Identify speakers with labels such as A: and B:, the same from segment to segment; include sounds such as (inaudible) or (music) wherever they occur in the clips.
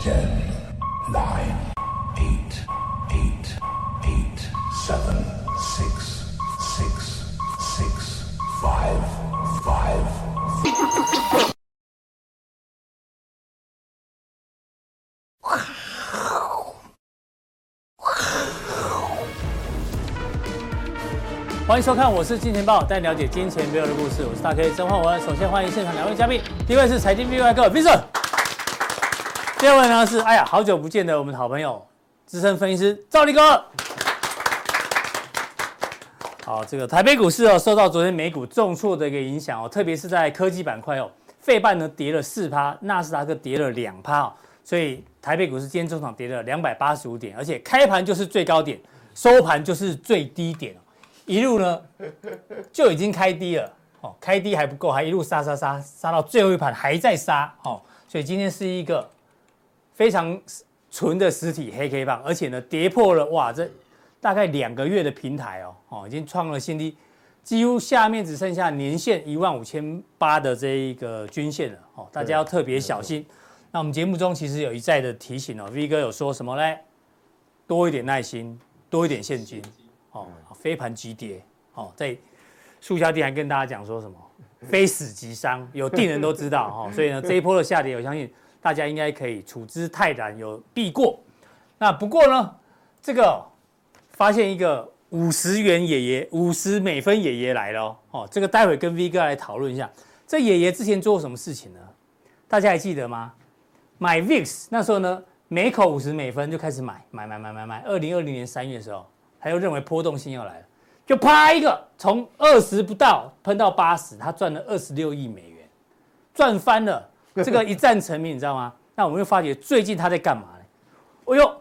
A: 10, 9, 8, 8, 8, 7, 6, 6, 6, 5, 5,
B: 好欢迎收看，我是金钱豹，带你了解金钱背后的故事。我是大 K 曾焕文。首先欢迎现场两位嘉宾，第一位是财经 B 外哥 Vincent，第二位呢是哎呀好久不见的我们的好朋友资深分析师赵力哥。好，这个台北股市哦，受到昨天美股重挫的一个影响哦，特别是在科技板块哦，费半呢跌了四趴，纳斯达克跌了两趴哦，所以台北股市今天中场跌了两百八十五点，而且开盘就是最高点，收盘就是最低点哦一路呢就已经开低了哦，开低还不够，还一路杀杀杀杀到最后一盘还在杀哦，所以今天是一个非常纯的实体黑 K 棒，而且呢跌破了哇这大概两个月的平台哦哦已经创了新低，几乎下面只剩下年线一万五千八的这一个均线了哦，大家要特别小心。那我们节目中其实有一再的提醒哦，V 哥有说什么嘞？多一点耐心，多一点现金，哦，飞盘急跌，哦，在促销店还跟大家讲说什么，非死即伤，有定人都知道哦，所以呢，这一波的下跌，我相信大家应该可以处之泰然，有避过。那不过呢，这个哦发现一个五十元爷爷，五十美分爷爷来了哦，哦，这个待会跟 V 哥来讨论一下，这爷爷之前做过什么事情呢？大家还记得吗？买 VIX 那时候呢，每口五十美分就开始买买买买买买。二零二零年三月的时候，他又认为波动性要来了，就啪一个从二十不到喷到八十，他赚了二十六亿美元，赚翻了。这个一战成名，你知道吗？那我们又发觉最近他在干嘛呢？哎呦，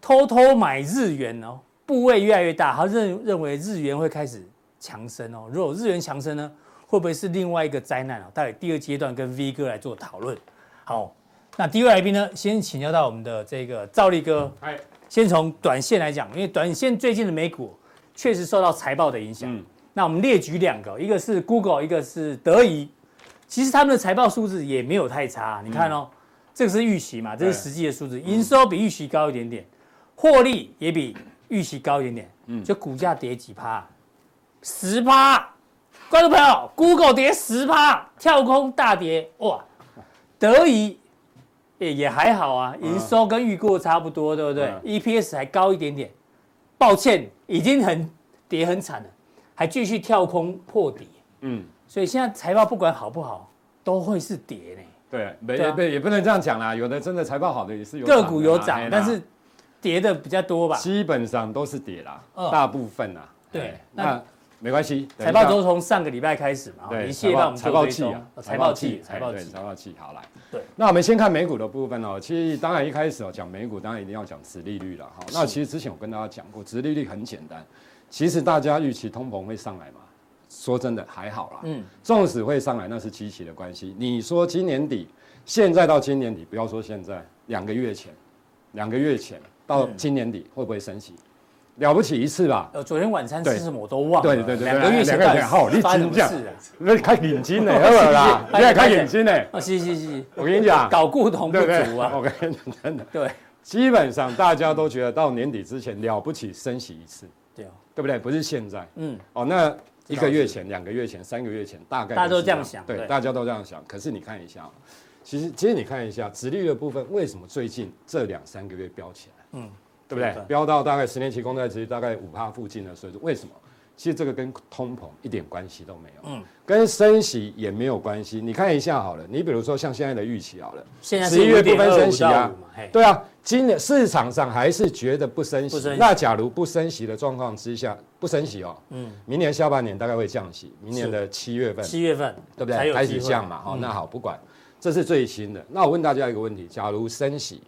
B: 偷偷买日元哦，部位越来越大，他认认为日元会开始强升哦。如果日元强升呢，会不会是另外一个灾难哦？待会第二阶段跟 V 哥来做讨论。好，那第一位来宾呢，先请教到我们的这个赵力哥。
C: 哎，
B: 先从短线来讲，因为短线最近的美股确实受到财报的影响。
C: 嗯
B: 那我们列举两个，一个是 Google，一个是德仪。其实他们的财报数字也没有太差，你看哦，这个是预期嘛，这是
C: 嗯对嗯
B: 实际的数字，营收比预期高一点点，获利也比预期高一点点。嗯，就股价跌几趴，十趴。观众朋友，Google 跌十趴，跳空大跌，哇！德仪也也还好啊，营收跟预估差不多，对不对、
C: 嗯
B: e p s 还高一点点。抱歉，已经很跌很惨了，还继续跳空破底，
C: 嗯，
B: 所以现在财报不管好不好，都会是跌呢。
C: 对，没
B: 对啊
C: 也不也不能这样讲啦，有的真的财报好的也是有
B: 个股有
C: 的
B: 涨
C: 啊啦，
B: 但是跌的比较多吧。
C: 基本上都是跌啦
B: 嗯，
C: 大部分啦。
B: 对
C: 哎
B: 那
C: 那没关系，
B: 财报
C: 等一
B: 都
C: 下
B: 从上个礼拜开始嘛，
C: 对
B: 一系列我们
C: 财
B: 做
C: 报
B: 追
C: 器
B: 踪
C: 啊，
B: 哦财报器，财报
C: 哎对
B: 器，
C: 财报器，好来。
B: 对，
C: 那我们先看美股的部分哦。其实当然一开始哦，讲美股当然一定要讲殖利率了哈。那其实之前我跟大家讲过，殖利率很简单，其实大家预期通膨会上来嘛，说真的还好啦。
B: 嗯
C: 嗯，纵使会上来，那是极其的关系。你说今年底，现在到今年底，不要说现在，两个月前，两个月前到今年
B: 嗯
C: 底会不会升息？了不起一次吧，
B: 呃，昨天晚餐
C: 对
B: 吃什么我都忘了，
C: 对对对对
B: 两个月前
C: 两个
B: 到底
C: 月前好你
B: 发生什么
C: 真的
B: 事啊？
C: 那开眼
B: (laughs)
C: 睛呢，好不好啦？你也开眼睛呢。
B: 啊，是是是，
C: 我跟你讲
B: 搞固同不
C: 对不啊对？哦
B: 足啊，
C: 我跟你讲，真的，
B: 对
C: 基本上大家都觉得到年底之前了不起升息一次，
B: 对哦，
C: 对不对？不是现在
B: 嗯，
C: 哦，那一个月前、两个月前、三个月前，大概
B: 大家都
C: 是
B: 这样想对
C: 对，大家都这样想。可是你看一下哦，其实其实你看一下，殖利率的部分为什么最近这两三个月飙起来？
B: 嗯
C: 嗯，对不对
B: 对？
C: 飙到大概十年期公债殖利率大概五帕附近的水准，为什么？其实这个跟通膨一点关系都没有，
B: 嗯
C: 嗯，跟升息也没有关系。你看一下好了，你比如说像现在的预期好了，
B: 现在
C: 11月不分
B: 升
C: 升息啊
B: 嘛，嘿，
C: 对啊，今年市场上还是觉得不升
B: 不
C: 息
B: 升息。
C: 那假如不升息的状况之下，不升息哦，
B: 嗯，
C: 明年下半年大概会降息，明年的七月份，
B: 七月份
C: 对不对
B: 才？有
C: 开
B: 机
C: 始
B: 会嗯
C: 降嘛，好、那好，不管，这是最新的。那我问大家一个问题：假如升息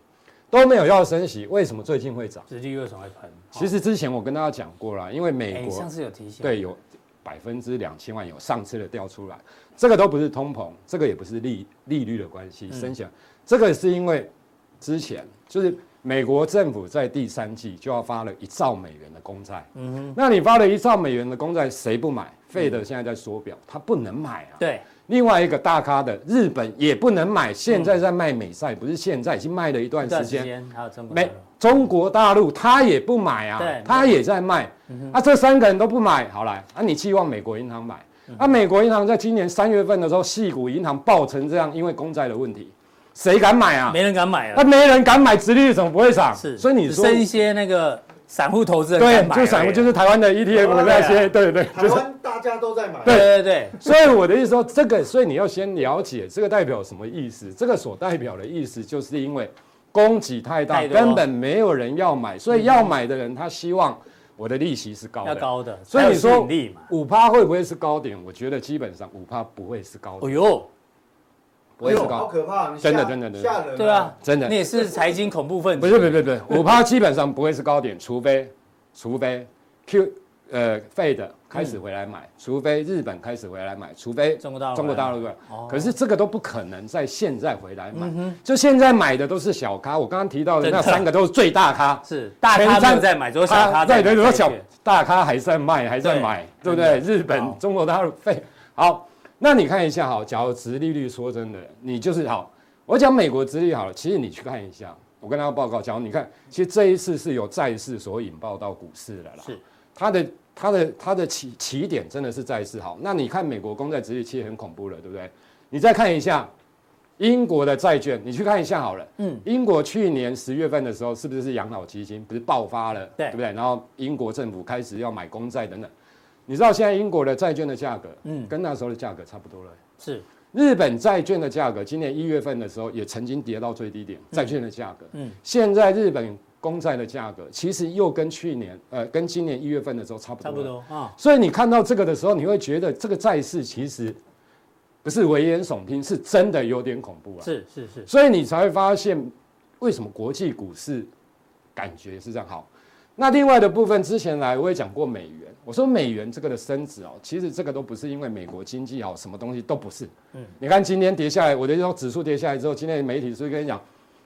C: 都没有要升息，为什么最近会涨？
B: 殖利率为什么会喷？哦
C: 其实之前我跟大家讲过了，因为
B: 哎
C: 美
B: 你
C: 国、
B: 上次有提醒，
C: 对，有百分之两千万有上次的调出来，这个都不是通膨，这个也不是利利率的关系，
B: 嗯
C: 升起来，这个是因为之前就是美国政府在第三季就要发了一兆美元的公债，
B: 嗯哼，嗯
C: 那你发了一兆美元的公债，谁不买？费德现在在缩表，他不能买啊。
B: 对，
C: 另外一个大咖的日本也不能买，现在在卖美赛，不是现在已经卖了一段
B: 嗯一
C: 时
B: 段时
C: 间。
B: 间还有成本。
C: 美中国大陆他也不买啊
B: 对，嗯
C: 他也在卖，啊，这三个人都不买，好来，啊，你期望美国银行买？
B: 嗯
C: 啊，美国银行在今年三月份的时候，系股银行爆成这样，因为公债的问题，谁敢买啊？
B: 没人敢买
C: 那
B: 了，
C: 没人敢买，殖利率怎么不会涨？
B: 是，
C: 所以你
B: 只
C: 说
B: 剩一些那个散户投资人
C: 对
B: 敢，买而
C: 就
B: 已，啊
C: 散户就是台湾的 ETF 那些，对对，
D: 台
C: 就是。
D: 湾大家都在买，
B: 对对对，
C: 所以我的意思说，这个，所以你要先了解这个代表什么意思。这个所代表的意思，就是因为供给太大，
B: 太多
C: 根本没有人要买，所以要买的人他希望我的利息是高
B: 要
C: 的。
B: 高的，
C: 所以
B: 才有
C: 你
B: 吸
C: 说
B: 引力嘛，
C: 五趴会不会是高点？我觉得基本上五趴不会是高
B: 哦
C: 点，
B: 呦，
C: 不会
D: 哎
C: 是
D: 呦好
C: 高点，
D: 可怕！你
C: 真的
D: 吓
C: 真的真的
D: 吓人，
B: 对啊，，
C: 真的
B: 你也是财经恐怖分子，
C: 不是不是不是不是，五趴基本上不会是高点，除非除非 Q 呃 Fed 开始回来买，除非日本开始回来买，除非
B: 嗯中国大陆
C: 中国大
B: 回
C: 陆对。
B: 哦嗯
C: 可是这个都不可能在现在回来买，就现在买的都是小咖，我刚刚提到的
B: 真的
C: 那三个都是最大咖，
B: 是大
C: 全
B: 咖没
C: 站
B: 有在买，只有小咖在
C: 对对，
B: 买，
C: 如
B: 的
C: 果小
B: 确
C: 大咖还在卖，还在
B: 对
C: 买，对不对？日
B: 好
C: 本、中国大陆费好，那你看一下哈，假如殖利率说真的，你就是好，我讲美国殖利率好了，其实你去看一下，我跟大家报告，假如你看，其实这一次是由债市所引爆到股市的啦，
B: 是
C: 它的。它的它的起起点真的是债市好，那你看美国公债殖利率其实很恐怖了，对不对？你再看一下英国的债券，你去看一下好了。
B: 嗯
C: 嗯，英国去年十月份的时候，是不是养老基金不是爆发了？
B: 对
C: 对不对？然后英国政府开始要买公债等等。你知道现在英国的债券的价格，
B: 嗯
C: 嗯，跟那时候的价格差不多了。
B: 是
C: 日本债券的价格，今年一月份的时候也曾经跌到最低点，债券的价格。
B: 嗯
C: 嗯，现在日本公债的价格其实又跟去年，呃，跟今年一月份的时候差不
B: 差
C: 多。
B: 不。多啊，
C: 所以你看到这个的时候，你会觉得这个债市其实不是危言耸听，是真的有点恐怖啊。
B: 是是是，
C: 所以你才会发现为什么国际股市感觉是这样好。那另外的部分，之前来我也讲过美元，我说美元这个的升值哦，其实这个都不是因为美国经济好，什么东西都不是。嗯，你看今天跌下来，我的说指数跌下来之后，今天媒体是不是跟你讲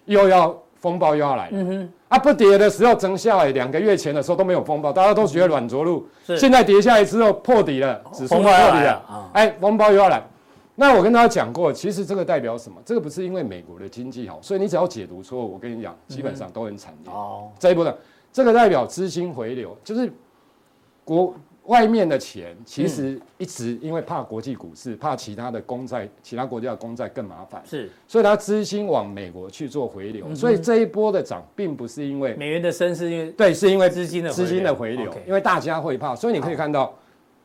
C: 又要风暴又要来了？嗯哼，啊不跌的时候，整下来两个月前的时候都没有风暴，大家都觉得软着陆，
B: 是
C: 现在跌下来之后破底了，指数
B: 风
C: 破
B: 暴
C: 底
B: 要来
C: 了，
B: 了啊
C: 哎，风暴又要来。那我跟大家讲过，其实这个代表什么？这个不是因为美国的经济好，所以你只要解读错，我跟你讲，基本上都很惨烈。
B: 哦，
C: 这一波的这个代表资金回流，就是国外面的钱，其实一直因为怕国际股市，怕其他的公债，其他国家的公债更麻烦，
B: 是
C: 所以它资金往美国去做回流。所以这一波的涨，并不是因为
B: 美元的升是因为
C: 对，是因为
B: 资金的回流
C: 资金的回流
B: OK，
C: 因为大家会怕，所以你可以看到，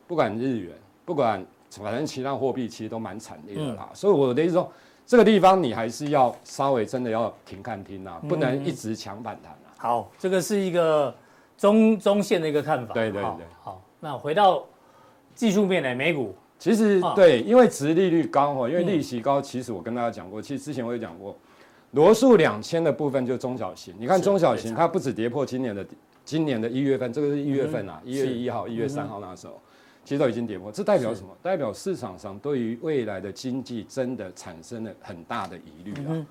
C: 不管日元，不管反正其他货币，其实都蛮惨烈的啦。所以我的意思说，这个地方你还是要稍微真的要停看听啦，不能一直强反弹啊啦。
B: 好，这个是一个中中线的一个看法。
C: 对对
B: 好
C: 对
B: 好，那回到技术面来美股，
C: 其实
B: 啊嗯
C: 对，因为殖利率高哦，因为利息高，其实我跟大家讲过，其实之前我也讲过，罗素两千的部分就是中小型，你看
B: 是
C: 中小
B: 非
C: 型
B: 常
C: 它不止跌破今年的今年的一月份，这个是一月份啊，一、月
B: 嗯是嗯
C: 一号、一月三号那时候。其实都已经跌破，这代表什么？代表市场上对于未来的经济真的产生了很大的疑
B: 嗯
C: 虑啊！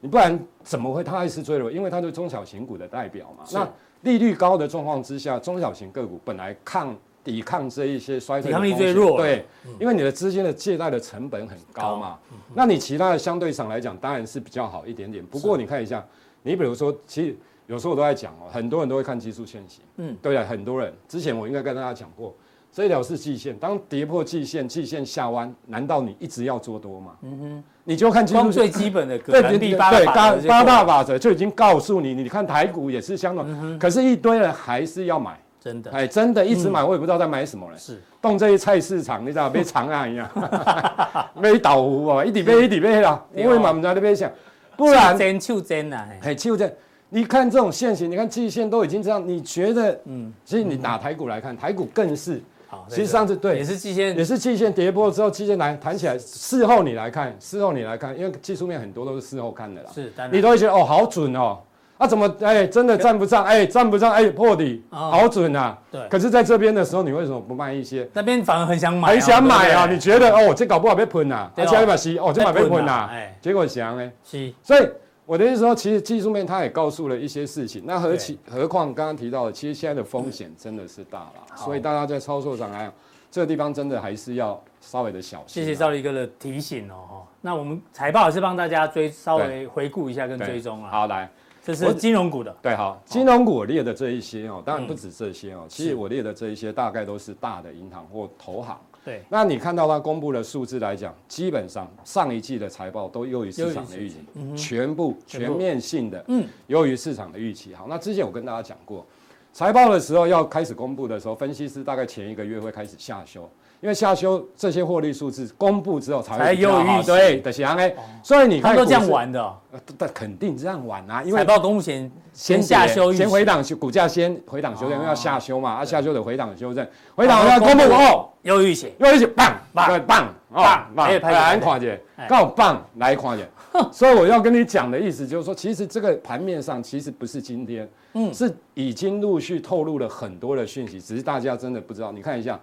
C: 你不然怎么会它还是坠落？因为它是中小型股的代表嘛。那利率高的状况之下，中小型个股本来抗抵抗这一些衰退的
B: 抵抗力
C: 风
B: 最
C: 险
B: 弱了嗯
C: 对，因为你的资金的借贷的成本很高嘛。那你其他的相对上来讲，当然是比较好一点点。不过你看一下，你比如说，其实有时候我都在讲哦，很多人都会看技术线型，
B: 嗯
C: 嗯，对不对？很多人之前我应该跟大家讲过，这条是季线，当跌破季线，季线下弯，难道你一直要做多吗？嗯哼，你就看技
B: 光
C: 术
B: 最
C: 线
B: 基本的葛
C: 对
B: 兰
C: 对
B: 碧
C: 对
B: 八
C: 对
B: 个
C: 八
B: 法则就
C: 八
B: 够了
C: 大法则就已经告诉你，你看台股也是相
B: 嗯
C: 同，可是一堆人还是要买，
B: 真的
C: 哎，真的一
B: 嗯
C: 直买，我也不知道在买什么了。
B: 是
C: 动这些菜市场，你知道被长按一样，
B: (laughs)
C: 被倒糊啊，一底被一底被啦，
B: 对
C: 因
B: 哦
C: 为嘛，我们在那边想，不然
B: 就，真就真啊，嘿
C: 哎，就这样。你看这种现形，你看季线都已经这样，你觉得？嗯，其实你打台股来看，台股更是，
B: 好，
C: 其实上次对
B: 也嗯是季线
C: 也是季线跌破之后，季线来弹起来，事后你来看，事后你来看，因为技术面很多都是事后看的啦。
B: 是当然
C: 你都会觉得哦，好准哦，啊怎么哎真的站不上，哎站不上，哎破底，
B: 哦
C: 好准啊。
B: 对
C: 可是在这边的时候，你为什么不卖一些？
B: 那边反而很想买哦，
C: 很想买啊，
B: 对
C: 你
B: 不对
C: 觉得哦，这搞不好被喷啊，
B: 对
C: 而
B: 哦
C: 且一把吸哦，这把被
B: 被
C: 喷
B: 喷啊
C: 啊
B: 哎，
C: 结果想哎，
B: 是
C: 所以我的意思说，其实技术面它也告诉了一些事情。那何其何况刚刚提到的，其实现在的风险真的是大了，所以大家在操作上来讲，哎这个地方真的还是要稍微的小心
B: 谢谢
C: 啊、
B: 赵力哥的提醒哦。哦那我们财报也是帮大家追稍微回顾一下跟
C: 对
B: 追踪啊，
C: 好，来，
B: 这
C: 我
B: 是金融股的，
C: 对，好，金融股我列的这一些哦，当然不止这些
B: 嗯
C: 哦，其实我列的这一些大概都是大的银行或投行。
B: 对，
C: 那你看到它公布的数字来讲，基本上上一季的财报都优于市场的预期，全部
B: 嗯全
C: 全
B: 部
C: 面性的
B: 嗯
C: 优于市场的预期。好，那之前我跟大家讲过，财报的时候要开始公布的时候，分析师大概前一个月会开始下修，因为下修这些获利数字公布之后才
B: 才
C: 会比较
B: 优于
C: 好
B: 预期
C: 对的行哎，所以你
B: 他
C: 看
B: 们都这样
C: 股市，
B: 玩的哦，
C: 呃但肯定这样玩啊，因为
B: 财报公布前先下修预期
C: 先回档修，股价先回档修正，因为要下修嘛，啊下修的回档修正，回档
B: 然
C: 要
B: 后
C: 公布哦，
B: 又预期，
C: 又一起棒
B: 棒
C: 棒棒
B: 棒哎拍手
C: 来
B: 拍手
C: 看姐
B: 哎，
C: 告棒来看姐。
B: (laughs)
C: 所以我要跟你讲的意思就是说，其实这个盘面上其实不是今天，
B: 嗯
C: 是已经陆续透露了很多的讯息，只是大家真的不知道。你看一下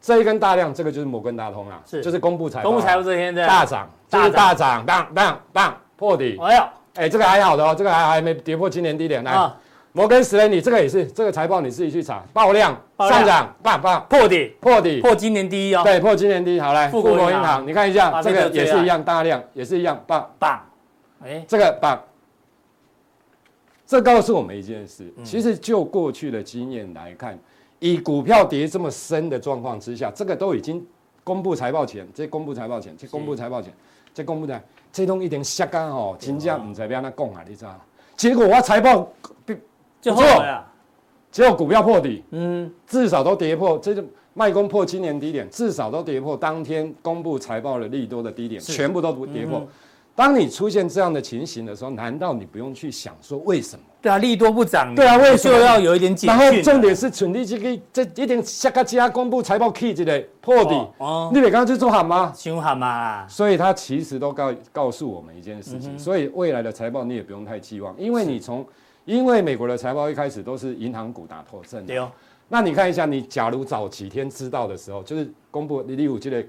C: 这一根大量，这个就是摩根大通啦，
B: 是
C: 就是公布财报啊，
B: 公布财报这天的，
C: 大涨，就是
B: 大
C: 大涨，当当当破底，
B: 哎呦
C: 哎，这个还好的哦，这个还还没跌破今年低点来。
B: 啊
C: 摩根史丹利这个也是，这个财报你自己去查，爆量
B: 爆量
C: 上涨，棒棒
B: 破底
C: 破底，
B: 破今年第一哦，
C: 对，破今年低。好来，
B: 富
C: 富
B: 国
C: 国
B: 银行啊
C: 银行，你看一
B: 巴
C: 下，
B: 菲
C: 这
B: 特
C: 个也
B: 最爱
C: 是一样，大量也是一样，棒，
B: 棒，哎
C: 这个棒。这告诉我们一件事，
B: 嗯
C: 其实就过去的经验来看，以股票跌这么深的状况之下，这个都已经公布财报前，这公布财报前，这公布财报前，这公布的这东一点下干哦，真正唔知要安怎讲啊，你知道吗？结果我财报，
B: 就后
C: 不错
B: 悔了，
C: 结果股票破底，
B: 嗯，
C: 至少都跌破，这就卖攻破今年低点，至少都跌破当天公布财报的利多的低点，
B: 是嗯
C: 全部都不跌破。当你出现这样的情形的时候，难道你不用去想说为什么？
B: 对啊，利多不涨，
C: 对啊为什
B: 就
C: 么
B: 要有一点警
C: 然
B: 讯啊，
C: 后重点是，蠢力这个这一定下个家公布财报 key 这个破底，
B: 哦哦
C: 你得刚刚去做好吗？
B: 凶悍嘛啦，
C: 所以它其实都告告诉我们一件事情，
B: 嗯
C: 所以未来的财报你也不用太寄望，因为你从因为美国的财报一开始都是银行股打头阵的
B: 对，哦，
C: 那你看一下，你假如早几天知道的时候，就是公布你有这个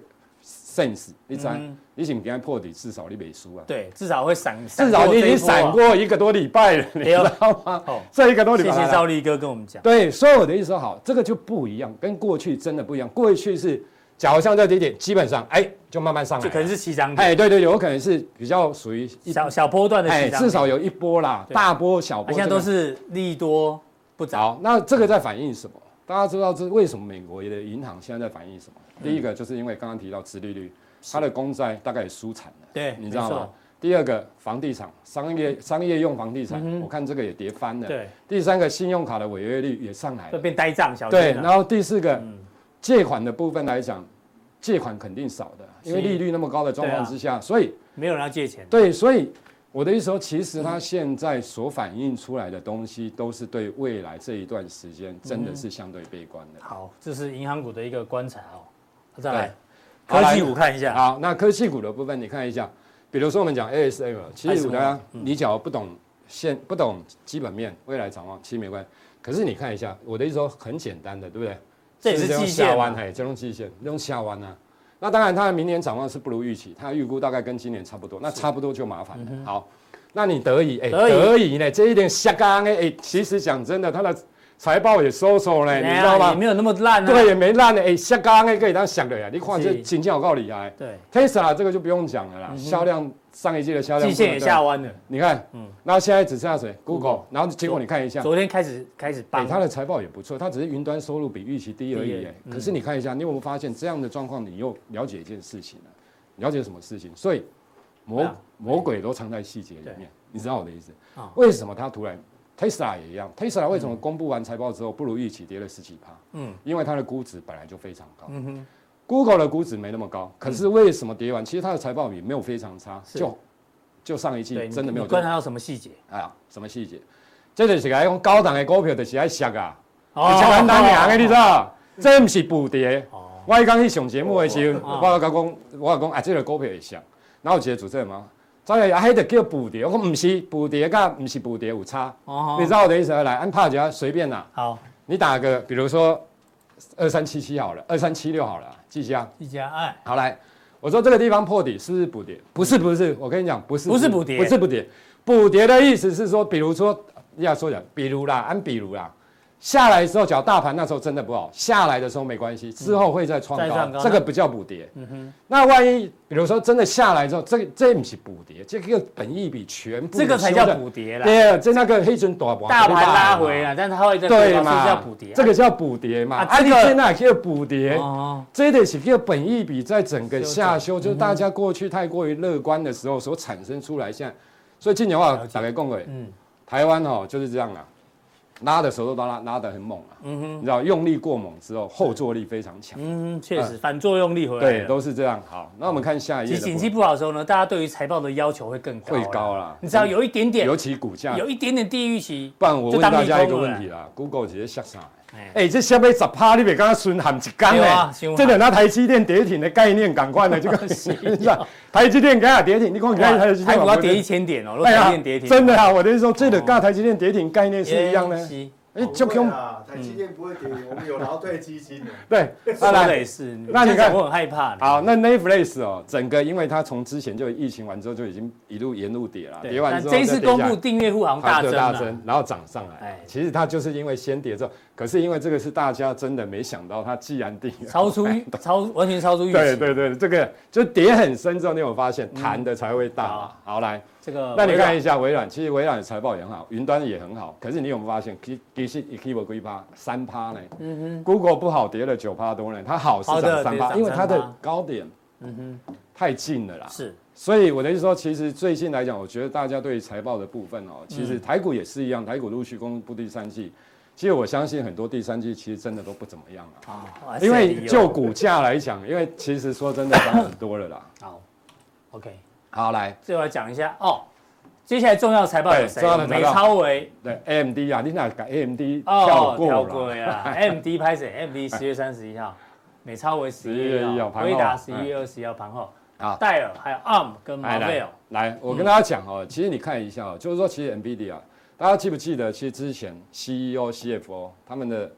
C: sense，你知道、
B: 嗯
C: 你是不是破底，至少你没输啊。
B: 对，至少会闪，
C: 至少你已经
B: 闪
C: 闪
B: 这一波啊
C: 过一个多礼拜了，你知
B: 对哦
C: 道吗？
B: 哦
C: 这一个多礼
B: 谢
C: 拜
B: 谢
C: 了。
B: 赵力哥跟我们讲，
C: 对，所以我的意思说，好，这个就不一样，跟过去真的不一样。过去是，假如像这低点，基本上哎就慢慢上来
B: 就
C: 了，
B: 可能是起涨点，
C: 哎对对对，有可能是比较属于一
B: 小小波段的
C: 哎
B: 起涨点，
C: 至少有一波啦，
B: 对
C: 大波小
B: 啊
C: 波。
B: 现在都
C: 这个
B: 是利多不涨，
C: 好，那这个在反映什么？大家知道这为什么美国的银行现在在反映什么？第一个就是因为刚刚提到殖利率，它的公债大概也输惨了，
B: 对
C: 你知道
B: 没
C: 吗
B: 错？
C: 第二个，房地产商业商业用房地产，我看这个也跌翻了。
B: 嗯对，
C: 第三个，信用卡的违约率也上来
B: 就
C: 了。
B: 变呆账小啊
C: 对，
B: 心了
C: 然后第四个，
B: 嗯
C: 借款的部分来讲，借款肯定少的，因为
B: 是
C: 利率那么高的状况
B: 对啊
C: 之下，所以
B: 没有人要借钱，
C: 对，所以我的意思说，其实它现在所反映出来的东西，都是对未来这一段时间真的是相对悲观的。
B: 好，这是银行股的一个观察哦，再
C: 对
B: 来
C: 好
B: 科
C: 来
B: 技股看一下，
C: 好，那科技股的部分，你看一下，比如说我们讲 ASM，其实大家
B: 嗯
C: 你假如不懂现不懂基本面、未来展望，其实没关系。可是你看一下，我的意思说很简单的，对不对？
B: 这也是
C: 用
B: 季
C: 下
B: 线
C: 弯，
B: 嘛，
C: 嘿，这种季线，这种下弯啊。那当然，它的明年展望是不如预期，它预估大概跟今年差不多，那差不多就麻烦了。
B: 嗯
C: 好，那你德以，哎、
B: 德
C: 得
B: 以
C: 德以呢，这一点下岗哎、哎其实讲真的，它的财报也收收嘞，你
B: 哎呀
C: 知道
B: 也
C: 吗？
B: 没有那么烂啊，
C: 对，也没烂的，哎、下岗哎，可以当想的呀。你看这
B: 是
C: 金价有够厉害
B: 对，
C: ，Tesla 这个就不用讲了啦，销量上一季的销
B: 嗯
C: 量
B: 季线也下嗯弯了，
C: 你看，嗯，然后现在只剩下谁？Google，然后结果你看一下，
B: 昨天开始开始
C: 哎、
B: 棒，
C: 它的财报也不错，它只是云端收入比预期低而已、
B: 低而
C: 哎
B: 已嗯
C: 可是你看一下，你有没有发现这样的状况？你又了解一件事情了、了解什么事情？所以魔、
B: 对啊
C: 魔鬼都藏在细节里
B: 对
C: 面，你知道我的意思？
B: 啊
C: 为什么它突然 Tesla 也一样？Tesla 为什么公布完财报之后不如预期跌了十几趴？
B: 嗯
C: 嗯，因为它的估值本来就非常高。Google 的估值没那么高，可是为什么跌完？其实它的财报也没有非常差，
B: 是
C: 就就上一季
B: 对，
C: 真的没有
B: 你观察到什么细节？
C: 哎呀，什么细节？这就是讲用高档的股票，就是爱杀啊，
B: 哦
C: 你简单行的，你知道？这不是补跌。我迄天去上节目的时候，
B: 哦
C: 我有甲讲，我有讲啊，这个股票会上，然后有一个主持人嘛，再来啊，迄个叫补跌，我讲不是补跌，甲不是补跌有差，
B: 哦
C: 你知道我的意思吗？来，按帕下随便啦，
B: 好，
C: 你打个，比如说二三七七好了，二三七六好了，记一下。
B: 一家哎，
C: 好来，我说这个地方破底是不是补跌？不是，不是，我跟你讲，不是，
B: 嗯不是补跌
C: 不是补跌。补跌的意思是说，比如说要说讲，比如啦，按比如啦，下来之后，脚大盘那时候真的不好，下来的时候没关系，之后会再创
B: 再
C: 高，
B: 创高
C: 这个
B: 那嗯
C: 不叫补跌。那万一比如说真的下来之后，这个这不是补跌，这个本益比全部
B: 这个才
C: 修
B: 叫
C: 正
B: 补跌啦。
C: 对，在那个黑准大盘
B: 大盘拉回啊了，但它会再
C: 对
B: 回
C: 嘛？
B: 嘛，叫补跌。
C: 这个叫补跌嘛？
B: 啊
C: 啊，
B: 这
C: 你
B: 个
C: 现在叫补跌，
B: 哦，
C: 这得是叫本益比在整个下修，就是大
B: 嗯
C: 家过去太过于乐观的时候所产生出来。现在，所以今年的话，打开共轨，
B: 嗯
C: 台湾哦就是这样啦，拉的时候都拉拉得很猛啊，你知道用力过猛之后后坐力非常强，
B: 嗯，啊确实反作用力回来
C: 哎对，
B: 了。
C: 都是这样。好，那我们看下一
B: 其
C: 页
B: 实
C: 的
B: 景
C: 部
B: 气
C: 分，
B: 不好的时候呢，大家对于财报的要求会更高。
C: 会高啦
B: 你只要有一点点
C: 尤，其股价
B: 有一点点低预期，
C: 不然我
B: 就
C: 问
B: 当
C: 大
B: 利
C: 家一
B: 空了
C: 个问
B: 啦
C: 题啦，Google 直接下啥？
B: 哎
C: 哎、这下面十趴，你别刚刚孙喊一缸
B: 对
C: 哎
B: 啊，想喊
C: 这等那台积电跌停的
B: (laughs)
C: 概念，赶快的就跟
B: 啊
C: 你讲，啊台积电刚好跌停，你看你看台积电
B: 台股
C: 往
B: 要
C: 回
B: 跌一
C: 跌，
B: 千点哦，如果啊台积电跌停，哦
C: 哎真的啊，我的意思说，这个跟台积电跌停概念是一样的
B: 耶。西
C: 哎，就
D: 不
B: 啊
D: 会
C: 跟
D: 啦，啊台积电不会
C: (laughs)
D: 跌，我们有劳退基金的。
C: 对，
B: (laughs) 说
C: 再
B: 的
C: 来
B: 也是，
C: 那你
B: 这样
C: 看
B: 讲我很害怕。
C: 好，那 Netflix 哦，整个因为它从之前就疫情完之后就已经一路沿路跌了，
B: 对
C: 跌完
B: 但
C: 之后
B: 这一次
C: 再跌
B: 公
C: 下来
B: 布订阅户好像
C: 它
B: 大
C: 就
B: 增
C: 大
B: 了
C: 增，，然后涨上来
B: 哎。
C: 其实它就是因为先跌之后，可是因为这个是大家真的没想到，它既然跌了，
B: 超出 (laughs) 预超完全超出预期。
C: (laughs) 对对对，这个就跌很深之后，你有发现弹的才会大嘛。好来，
B: 这个
C: 那你看
B: 微
C: 一下微软，其实微软的财报也很好，云端也很好，可是你有没有发现，其其实 e q u i 归趴三趴呢？嗯哼，Google 不好跌了九趴多呢，它好是
B: 好
C: 涨
B: 的
C: 三
B: 跌
C: 趴，
B: 涨
C: 因为它
B: 3%
C: 的高点，嗯哼，太近了啦
B: 软。是
C: 所以我的意思说，其实最近来讲，我觉得大家对于财报的部分哦，其实台股也是一样，台股陆续公布第三季，其实我相信很多第三季其实真的都不怎么样啊。
B: 啊
C: 因为就
B: 就
C: 股价来讲，因为其实说真的涨很多了啦。
B: (laughs) 好，OK，
C: 好，来，
B: 最后来讲一下哦。接下来重要财报有
C: 对
B: 谁
C: 重要的？财
B: 美
C: 报
B: 超维
C: 对 AMD 啊，你哪个 AMD
B: 哦
C: 跳，
B: 跳
C: 过
B: 过
C: 了？ (laughs)
B: 呀。m d 拍谁 m d 十月三十一号，美超维十一月
C: 11
B: 一
C: 号
B: 号，
C: 盘后嗯
B: 辉达十一月二十一号盘后，
C: 好哎
B: 戴尔还有 ARM 跟
C: 来
B: Marvell
C: 来。来，我跟大家讲哦，
B: 嗯
C: 其实你看一下哦，就是说，其实 NVIDIA，大家记不记得，其实之前 E CEO、CFO 他们的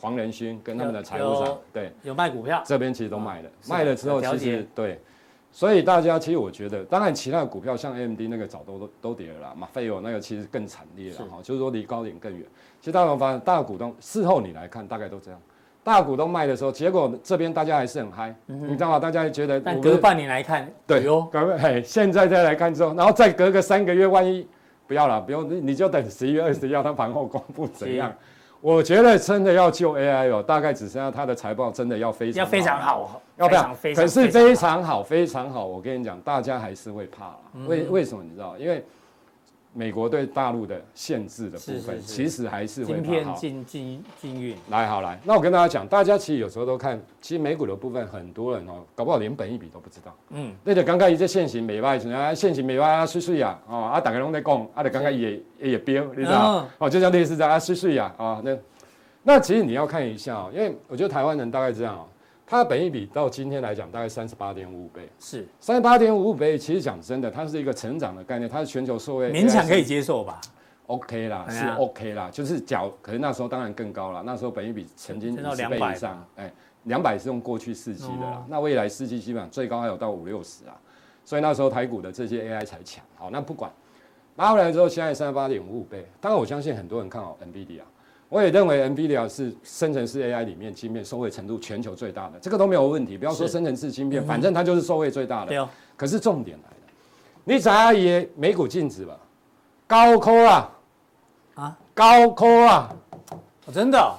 C: 黄仁勋跟他们的财务
B: 有
C: 长
B: 有，
C: 对，
B: 有卖股票，
C: 这边其实都卖了，
B: 哦是啊的
C: 卖了之后
B: 了
C: 其
B: 解
C: 实对，所以大家其实我觉得，当然其他的股票像 AMD 那个早都都都跌了啦，马费尔那个其实更惨烈了哈，就是说离高点更远。其实大家有没有发现大股东事后你来看大概都这样，大股东卖的时候，结果这边大家还是很嗨，你知道吗？大家还觉得
B: 嗯但
C: 我们
B: 隔半年来看，
C: 对
B: 哎呦，
C: 各位嘿，现在再来看之后，然后再隔个三个月，万一不要了，不用你你就等十一月二十一号它盘后公布怎样
B: 是。
C: 我觉得真的要救 AI 哦，大概只剩下它的财报真的要非常
B: 要非常好，
C: 要不
B: 非
C: 要
B: 常？非常，嗯
C: 可是
B: 非
C: 非常好，非常好。我跟你讲，大家还是会怕啦。为为什么你知道？因为美国对大陆的限制的部分，
B: 是是是
C: 其实还是
B: 常晶
C: 会怕。
B: 片
C: 好
B: 禁禁禁运，
C: 来好来，那我跟大家讲，大家其实有时候都看，其实美股的部分，很多人哦，搞不好连本一笔都不知道。
B: 嗯，
C: 那就刚刚一这现行美外，像啊现行美外啊，水水啊，哦啊，大家拢在讲，啊，就刚刚也也标，你知道
B: 嗯
C: 吗？哦，就像类似这样啊，水水啊，啊，那那其实你要看一下哦，因为我觉得台湾人大概这样哦，他的本益比到今天来讲大概三十八点五五倍，
B: 是
C: 三十八点五五倍，其实讲真的，它是一个成长的概念，它是全球受惠，
B: 勉强可以接受吧？
C: OK 啦，
B: 哎
C: 是
B: 呀
C: OK 啦，就是缴，可是那时候当然更高了，那时候本益比曾经
B: 升到哦
C: 五十倍
B: 200
C: 以上，哎，两百是用过去四季的啦，那未来四季基本上最高还有到五六十啊，所以那时候台股的这些 AI 才强。好，那不管拉回来之后，现在三十八点五五倍，当然我相信很多人看好 NVIDIA，我也认为 NVIDIA 是生成式 AI 里面晶片受惠程度全球最大的，这个都没有问题，不要说
B: 是嗯
C: 生成式晶片，反正它就是受惠最大的
B: 对。哦，
C: 可是重点来了，你知阿爷美股净值吧？高科啊，
B: 啊，
C: 高科啊，
B: 哦真的哦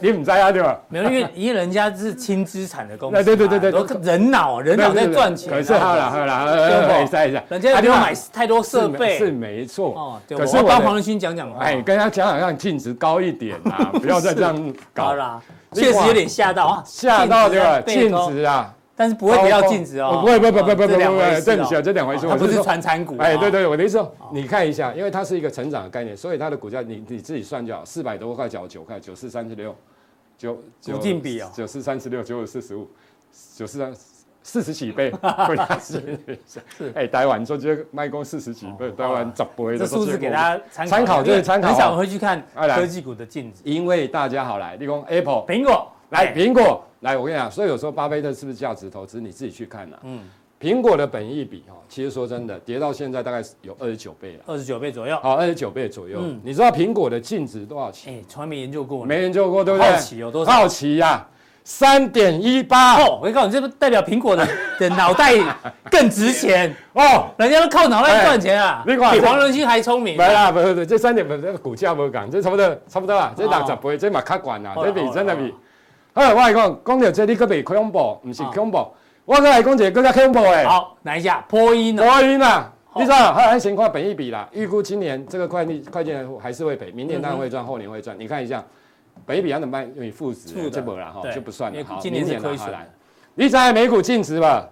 C: 你唔知啊对吧？
B: 没有，因为因为人家是轻资产的公司嘛，
C: 对对对对对
B: 都人脑人脑在赚钱啊，
C: 可是好了好
B: 对
C: 了，
B: 不
C: 可以晒一下，
B: 人家
C: 啊
B: 没有
C: 对吧
B: 买太多设备，
C: 是是没错
B: 哦，，对，
C: 可
B: 可
C: 是
B: 是我
C: 我
B: 帮黄
C: 的
B: 仁勋讲讲话，
C: 哎，跟他讲讲让净值高一点啊，不要再这样
B: 好
C: 搞，
B: 啦，
C: 另
B: 确
C: 外
B: 实有点吓到啊，
C: 吓到对吧？
B: 禁
C: 净
B: 止啊被偷
C: 值啊，
B: 但是不会跌到禁止
C: 哦
B: 哦，
C: 不会不会不会
B: 哦
C: 不会不会
B: 这两回事
C: 对不
B: 哦
C: 起啊这两回事
B: 哦
C: 我
B: 它不
C: 是
B: 是
C: 说
B: 传产股，
C: 哎，对
B: 哦，
C: 对，我的意思说，你看一下，因为它是一个成长的概念，所以它的股价你你自己算就好，四百多块缴九块，九四三十六，九
B: 股净比哦
C: 九四三十六，九五四十五，九四三四十几倍，回
B: (laughs)
C: 答是
B: 是哦
C: 哎，台湾做这个卖过四十几倍，台湾十倍的
B: 这数字给大家参考
C: 参考就是参考
B: 因为很少人会去看
C: 哎来
B: 科技股的净值，
C: 因为大家好来，立功 Apple
B: 苹果
C: 来
B: 哎
C: 苹果来，我跟你讲，所以有时候巴菲特是不是价值投资，你自己去看呐、嗯，苹果的本益比哈，哦其实说真的，跌到现在大概是有二十九倍了，
B: 二十九倍左右。
C: 好，二十九倍左右。
B: 嗯
C: 你知道苹果的净值多少钱？
B: 哎，从来没研究过呢。
C: 没研究过，对不对？
B: 好奇哦有多少
C: 好奇呀、三点一八
B: 哦，我跟你告诉你，这不代表苹果的
C: (laughs)
B: 的脑袋更值钱，
C: 哦，
B: 人家都靠脑袋赚钱啊，
C: 哎你看
B: 比黄仁勋还聪明啊
C: 没。啦，不是不是，这三点不是这个股价没讲，这差不多差不多啦，这
B: 哦
C: 六十倍，这嘛较悬啦，
B: 好啦
C: 这比真的比
B: 好。
C: 好，我来讲，讲到这你可别恐怖，不是
B: 啊
C: 恐怖，我再来讲一个更加恐怖的。
B: 好，哪一下？波音 (laughs) 哦呢？
C: 挪晕啦，
B: 好
C: 你知道，还有安情况本一比啦，预估今年这个会计会计人还是会赔，明年当
B: 嗯
C: 然会赚，后年会赚。你看一下，本一比要怎么办？用以负值
B: 负的，
C: 这不啦哈，
B: 对
C: 就不算
B: 因
C: 了。
B: 为
C: 好，
B: 今年是
C: 明啦
B: 亏损
C: 好来你猜美股净值吧？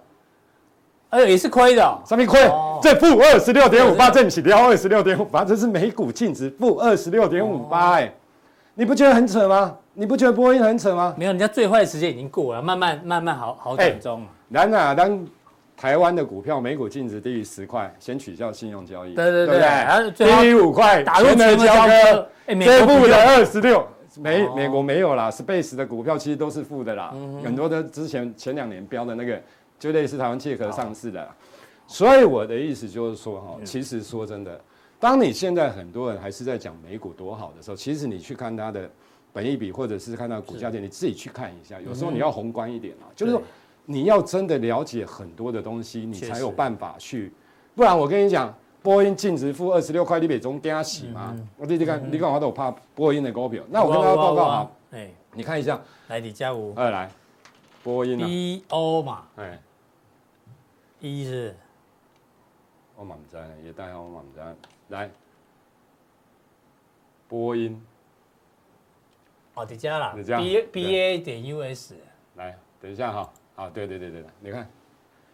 B: 哎，也是亏的哦。
C: 上面亏
B: 哦，
C: 这负二十六点五八，
B: 对
C: 这你起掉二十六点五八，这是美股净值负二十六点五八，哎，你不觉得很扯吗？你不觉得波音很扯吗？
B: 没有，人家最坏的时间已经过了，慢慢慢慢好好转中啊了。
C: 然而，当台湾的股票每股净值低于十块，先取消信用交易，
B: 对对对
C: 不
B: 然后最后
C: 低于五块，
B: 打入
C: 全额
B: 全额交割
C: 割，
B: 哎美国
C: 这
B: 不
C: 负
B: 用
C: 的二十六，美
B: 哦嗯
C: 美国没有啦，Space 的股票其实都是负的啦，很多的之前前两年标的那个，就类似台湾借壳上市的啦，所以我的意思就是说哈，其实说真的，当你现在很多人还是在讲美股多好的时候，其实你去看它的本益比，或者是看它的股价点，你自己去看一下。有时候你要宏观一点啊，就是说你要真的了解很多的东西，你
B: 确
C: 才
B: 实
C: 有办法去。不然我跟你讲，波音净值负二十六块，你北中跟他洗嘛。我你你看，你看我都有怕啊波音的股票。那我跟大家报告
B: 啊
C: 啊，，
B: 哎，
C: 你看一下，
B: 来李佳武
C: 二来波音啊，
B: ，B O 嘛，
C: 哎，
B: 一是
C: 我满在了，也代号我满在来。波音
B: 哦，迪迦啦
C: 李佳
B: ，B
C: 对
B: B A 点 U S，
C: 来，等一下哈，好，对对对对对，你看，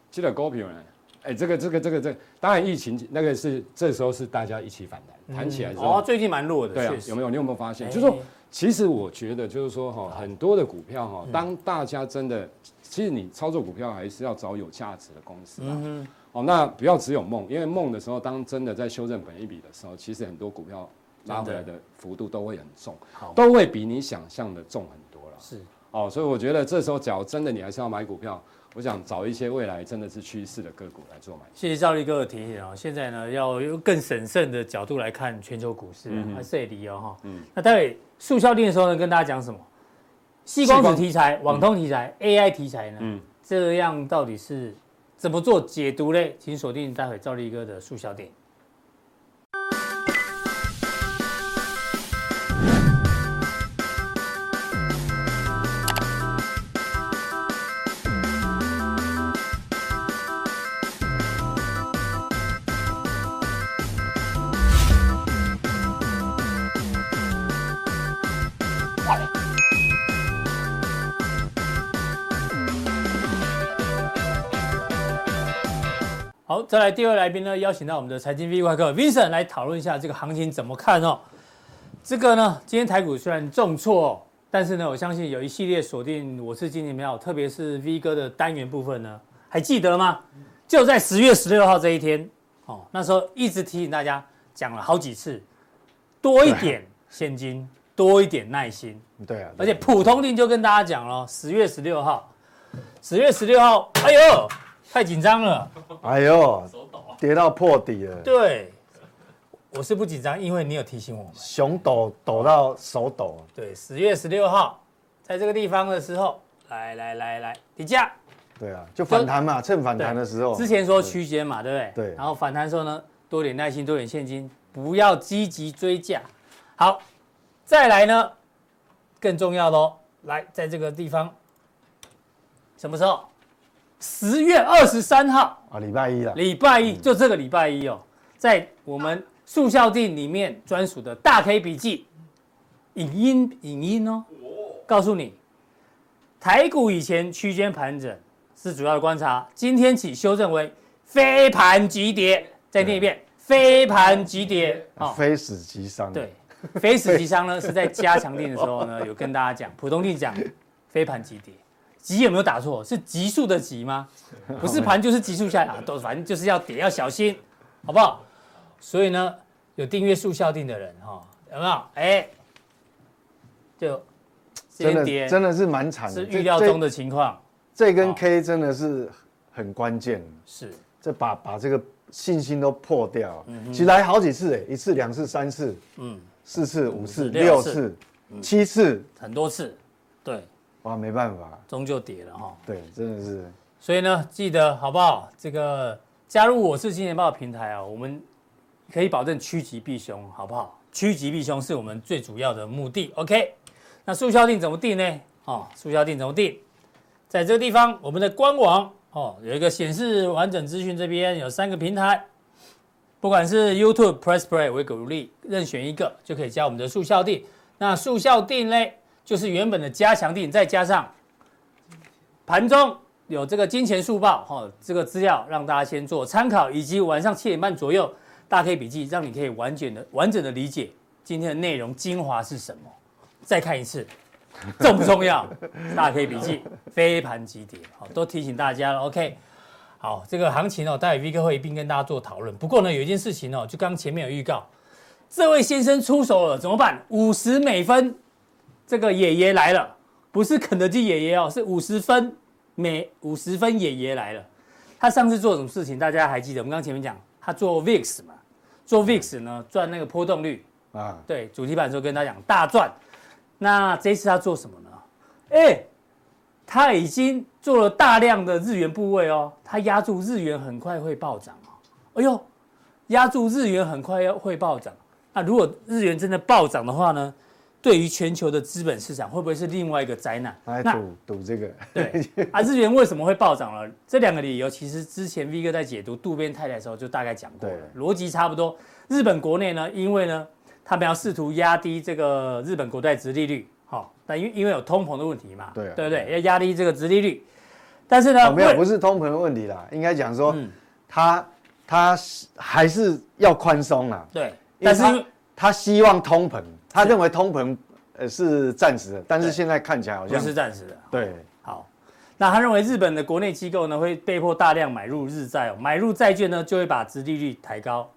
C: 这个股票呢，哎，这个这个这个这个当然疫情那个是这时候是大家一起反弹，弹起来之后，
B: 哦，最近蛮弱的，
C: 对啊
B: 确，实
C: 有没有？你有没有发现？
B: 哎
C: 就是说，其实我觉得就是说哈，很多的股票
B: 嗯
C: 哈，当大家真的，其实你操作股票还是要找有价值的公司啊。
B: 嗯
C: 哦，那不要只有梦，因为梦的时候，当真的在修正本一比的时候，其实很多股票拉回来的幅度都会很重
B: 好，
C: 都会比你想象的重很多了。
B: 是
C: 哦，所以我觉得这时候，假如真的你还是要买股票，我想找一些未来真的是趋势的个股来做买。
B: 谢谢赵力哥的提醒哦。现在呢，要用更审慎的角度来看全球股市
C: 嗯，哼
B: 还是得理哦哈。
C: 嗯
B: 那待会速效定的时候呢，跟大家讲什么？细光子题材、网通题材、AI 题材呢？
C: 嗯
B: 这样到底是怎么做解读嘞？请锁定待会赵力哥的速效定。好，再来第二位来宾呢，邀请到我们的财经 V 怪客 Vincent 来讨论一下这个行情怎么看哦。这个呢，今天台股虽然重挫、哦，但是呢，我相信有一系列锁定我是金钱票，特别是 V 哥的单元部分呢，还记得吗？就在十月十六号这一天，哦，那时候一直提醒大家，讲了好几次，多一点现金，多一点耐心，
D: 对啊，
B: 而且普通定就跟大家讲了，哦十月十六号，十月十六号，哎呦，太紧张了。
D: 哎呦，跌到破底了，
B: 对，我是不紧张，因为你有提醒我们。
D: 熊抖抖到手抖，
B: 对，十月十六号，在这个地方的时候，来来来来，底价
D: 对啊，就反弹嘛，趁反弹的时候，
B: 之前说区间嘛，对不对？
D: 对
B: 然后反弹的时候呢，多点耐心，多点现金，不要积极追价。好，再来呢，更重要喽，来，在这个地方，什么时候？十月二十三号。
D: 啊，礼拜一了，
B: 礼拜一就这个礼拜一哦，在我们速效定里面专属的大 K 笔记影音影音哦，告诉你，台股以前区间盘整是主要的观察，今天起修正为飞盘急跌，再念一遍，飞盘急跌，好、
D: 嗯非死即伤，
B: 对，，非死即伤呢是在加强定的时候呢，有跟大家讲，普通定讲飞盘急跌，急有没有打错？是急速的急吗？不是盘就是急速下来，
D: (laughs)
B: 啊都反正就是要跌，要小心，好不好？所以呢，有订阅速效定的人哈、有没有？哎、就这
D: 真
B: 边
D: 的
B: 跌
D: 真的是蛮惨的，
B: 是
D: 这
B: 预料中的情况，
D: 这这根
B: 哦
D: K 真的是很关键，
B: 是
D: 这把把这个信心都破掉。
B: 嗯
D: 其实来好几次，哎，一次、两次、三次，嗯，四次、五次、
B: 六
D: 六
B: 次
D: 次、七次，
B: 很多次，对，
D: 哇，没办法，
B: 终究跌了哈。
D: 对，真的是
B: 所以呢，记得好不好？这个加入我是金钱豹的平台啊，我们可以保证趋吉避凶，好不好？趋吉避凶是我们最主要的目的。OK，那速效定怎么定呢？哦，速效定怎么定？在这个地方，我们的官网哦有一个显示完整资讯，这边有三个平台，不管是 YouTube、Press Play、维鼓励，任选一个就可以加我们的速效定。那速效定呢，就是原本的加强定，再加上盘中有这个金钱速报哈、哦，这个资料让大家先做参考，以及晚上七点半左右大家可以笔记，让你可以完整的完整的理解今天的内容精华是什么。再看一次， (laughs) 重不重要？大家可以笔记，飞盘急跌，好、都提醒大家了。OK，好，这个行情哦，待会 V 哥会一并跟大家做讨论。不过呢，有一件事情哦，就刚前面有预告，这位先生出手了，怎么办？五十美分，这个爷爷来了，不是肯德基爷爷哦，是五十分每五十分爷爷来了。他上次做什么事情？大家还记得？我们刚前面讲，他做 VIX 嘛，做 VIX 呢赚那个波动率，
D: 啊，
B: 对，主题版的时候跟大家讲大赚。那这一次他做什么呢？哎，他已经做了大量的日元部位哦，他压住日元很快会暴涨哦。哎呦，压住日元很快要会暴涨。那如果日元真的暴涨的话呢，对于全球的资本市场会不会是另外一个灾难？
D: 来
B: 那
D: 赌赌这个， (laughs)
B: 对啊，日元为什么会暴涨了？这两个理由其实之前 V 哥在解读渡边太太的时候就大概讲过了，逻辑差不多。日本国内呢，因为呢，他们要试图压低这个日本国债值利率，好、但因为因为有通膨的问题嘛，
D: 对啊
B: 对不对？要压低这个值利率，但是呢，
D: 哦没有
B: 为
D: 不是通膨的问题啦，应该讲说他他还是要宽松啦，
B: 对，
D: 因为
B: 但是因为
D: 他他希望通膨，他认为通膨呃是暂时的，但是现在看起来好
B: 不
D: 像
B: 是暂时的，
D: 对
B: 好，那他认为日本的国内机构呢会被迫大量买入日债哦，买入债券呢就会把殖利率抬高，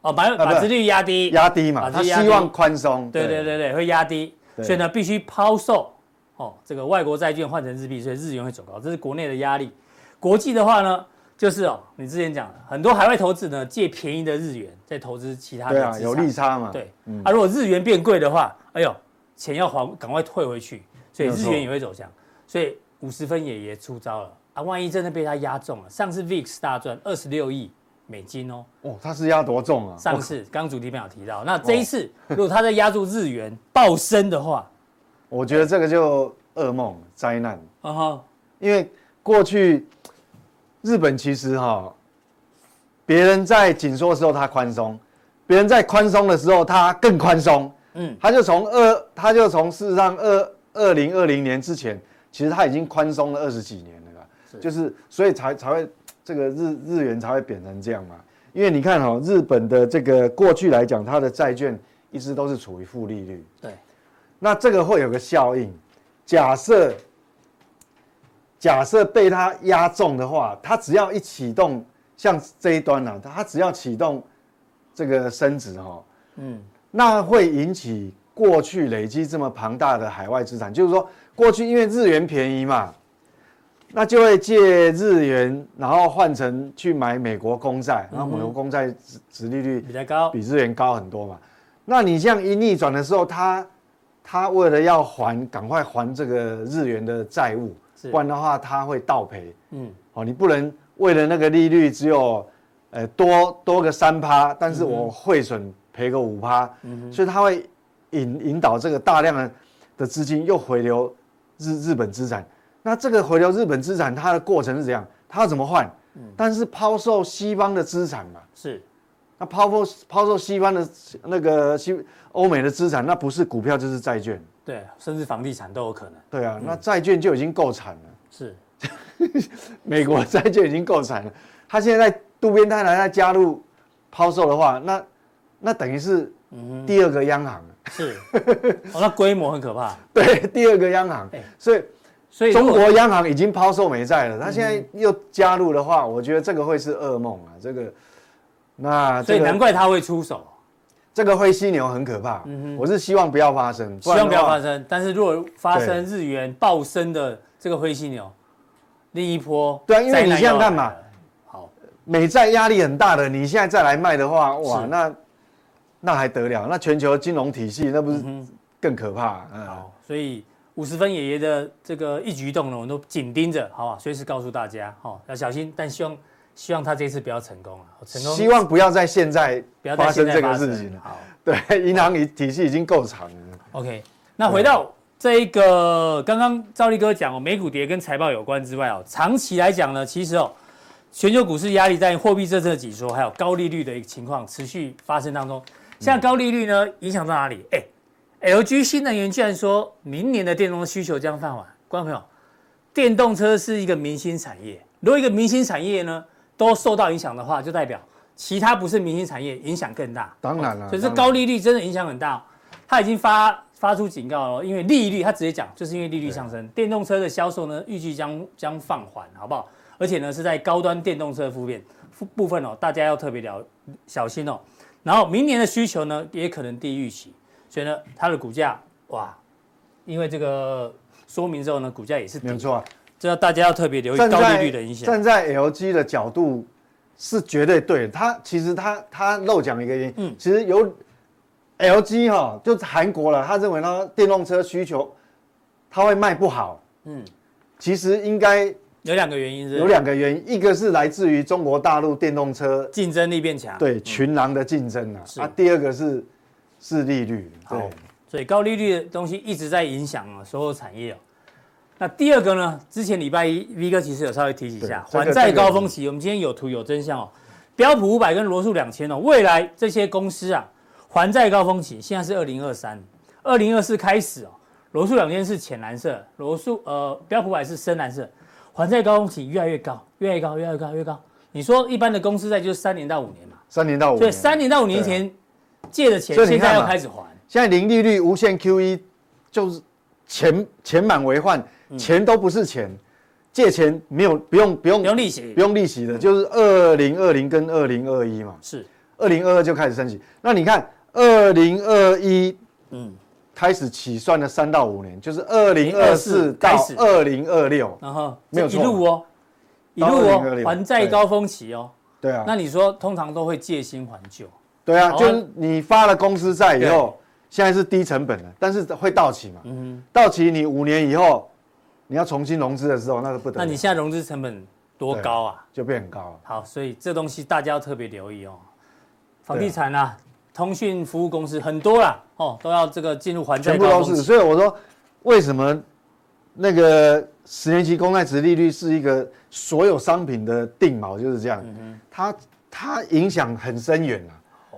B: 哦，把
D: 啊不
B: 把
D: 是
B: 殖利率压低，
D: 压低嘛，
B: 把
D: 他
B: 这压低
D: 希望宽松，
B: 对对对对，会压低，
D: 对
B: 所以呢必须抛售哦，这个外国债券换成日币，所以日元会走高，这是国内的压力。国际的话呢，就是哦，你之前讲的，很多海外投资者呢借便宜的日元再投资其他的
D: 对啊，
B: 资
D: 有
B: 产
D: 利差嘛，嗯
B: 对，啊，如果日元变贵的话，哎呦，钱要还，赶快退回去，所以
D: 没有
B: 日
D: 错
B: 元也会走强。所以五十分也也出招了啊！万一真的被他压中了，上次 VIX 大赚二十六亿美金哦，
D: 哦，他是压多重啊？哦
B: 上次刚主题没有提到。那这一次如果他再压住日元暴升的
D: (laughs)
B: 话，
D: 我觉得这个就噩梦灾难，
B: 啊哈，
D: 因为过去日本其实哈、别人在紧缩的时候他宽松，别人在宽松的时候他更宽松，
B: 嗯
D: 嗯，他就从二，他就从事实上二二零二零年之前，其实他已经宽松了二十几年了啦，就是所以才才会这个日日元才会贬成这样嘛，因为你看哦，日本的这个过去来讲，它的债券一直都是处于负利率，
B: 对，
D: 那这个会有个效应，假设假设被它压中的话，它只要一启动，像这一端呢、啊，它只要启动这个升值哦，
B: 嗯，
D: 那会引起过去累积这么庞大的海外资产，就是说过去因为日元便宜嘛，那就会借日元，然后换成去买美国公债，然后美国公债殖殖利率
B: 比较高
D: 比，日元高很多嘛。那你这样一逆转的时候，他他为了要还，赶快还这个日元的债务
B: 是，
D: 不然的话他会倒赔。
B: 嗯，
D: 哦，你不能为了那个利率只有呃多多个三趴，但
B: 嗯
D: 是我汇损赔个五趴，所以它会引引导这个大量的的资金又回流日日本资产。那这个回流日本资产，它的过程是怎样？它要怎么换？
B: 嗯
D: 但是抛售西方的资产嘛，
B: 是
D: 那抛售抛售西方的那个西欧美的资产，那不是股票就是债券，
B: 对，甚至房地产都有可能
D: 对啊，
B: 嗯
D: 那债券就已经够惨了。
B: 是，
D: 美国债券已经够惨了，他现在在渡边太太再加入抛售的话，那那等于是
B: 嗯
D: 第二个央行， (laughs)
B: 是，哦，那规模很可怕，
D: 对，第二个央行
B: 哎，
D: 所以
B: 所以如嗯
D: 中
B: 果
D: 国央行已经抛售美债了，他现在又加入的话，我觉得这个会是噩梦啊，这个，那
B: 所以
D: 啊这
B: 难
D: 个
B: 怪他会出手，
D: 这个灰犀牛很可怕，我是希望不要发生，
B: 嗯希望不要
D: 然的话
B: 发生。但是如果发生日元暴升的这个灰犀牛，另一波
D: 对啊因为
B: 灾难
D: 你想想看嘛
B: 要来了，好，
D: 美债压力很大的，你现在再来卖的话，哇，
B: 是
D: 那那还得了？那全球金融体系那不是更可怕？嗯，
B: 嗯好，所以五十分爷爷的这个一举一动呢，我们都紧盯着，好吧，随时告诉大家，哦，要小心，但希望希望他这次不要成功啊，成功
D: 希望不要在现在
B: 不要在
D: 发
B: 现
D: 生
B: 在
D: 这个
B: 发
D: 事
B: 生
D: 情了。
B: 好
D: 对，银行体体系已经够长了。
B: ，OK，那回到这一个刚刚赵力哥讲哦，美股跌跟财报有关之外哦，长期来讲呢，其实哦。全球股市压力在货币政策紧缩，还有高利率的一个情况持续发生当中。现在高利率呢，影响到哪里？哎、l g 新能源居然说明年的电动需求将放缓。观众朋友，电动车是一个明星产业，如果一个明星产业呢都受到影响的话，就代表其他不是明星产业影响更大。
D: 当然了
B: 所以这
D: 啊当然
B: 高利率真的影响很大哦、他已经发发出警告了，因为利率，他直接讲，就是因为利率上升，电动车的销售呢预计将将放缓，好不好？而且呢是在高端电动车部分部分哦，大家要特别了小心哦。然后明年的需求呢也可能低于预期，所以呢它的股价哇，因为这个说明之后呢，股价也是
D: 没有
B: 跌，
D: 错啊，
B: 这要大家要特别留意高利率的影响。
D: 站在 LG 的角度是绝对对的，他其实他他漏讲一个原因，
B: 嗯
D: 其实有 LG 哈、就是韩国了，他认为呢电动车需求他会卖不好，
B: 嗯，
D: 其实应该
B: 有两个原因是
D: 有两个原因，一个是来自于中国大陆电动车
B: 竞争力变强，
D: 对群狼的竞争啊，
B: 嗯是
D: 啊，第二个是是利率，
B: 好
D: 对，
B: 所以高利率的东西一直在影响啊所有产业哦。那第二个呢？之前礼拜一 V 哥其实有稍微提及一下，
D: 对这个
B: 还债高峰期，我们今天有图有真相哦。标普五百跟罗素两千哦，未来这些公司啊，还债高峰期现在是二零二三，二零二四开始哦，罗素两千是浅蓝色，罗素呃标普五百是深蓝色，还债高峰期越来越高，越来越高，越来越高，越高。你说一般的公司债就是三年到五年嘛，
D: 三年到五
B: 所以
D: 年，啊
B: 三年到五年前借的钱
D: 所以你
B: 现
D: 看
B: 在要
D: 嘛
B: 开始还。
D: 现在零利率无限 QE 就是钱钱满为患，
B: 嗯
D: 钱都不是钱，借钱没有不用不用
B: 不用利息嗯
D: 不用利息的，就是二零二零跟二零二一嘛，
B: 是，
D: 二零二二就开始升息。那你看二零二一
B: 嗯，
D: 开始起算的三到五年，就是二零二四到
B: 2024
D: 二零二六，
B: 然后
D: 没有
B: 这一
D: 错
B: 路哦，一路
D: 到
B: 哦
D: 2026，
B: 还债高峰期哦。
D: 对啊，
B: 那你说通常都会借新还旧，
D: 对啊，
B: 好啊
D: 就是你发了公司债以后，现在是低成本的，但是会到期嘛，
B: 嗯
D: 到期你五年以后。你要重新融资的时候，那是不得了。
B: 那你现在融资成本多高啊？
D: 就变很高了。
B: 好，所以这东西大家要特别留意哦。房地产啊，通讯服务公司很多啦，哦，都要这个进入还债
D: 全部
B: 高
D: 都
B: 峰
D: 是。
B: 期。
D: 所以我说，为什么那个十年期公债值利率是一个所有商品的定锚，就是
B: 嗯
D: 这样，它它影响很深远啊。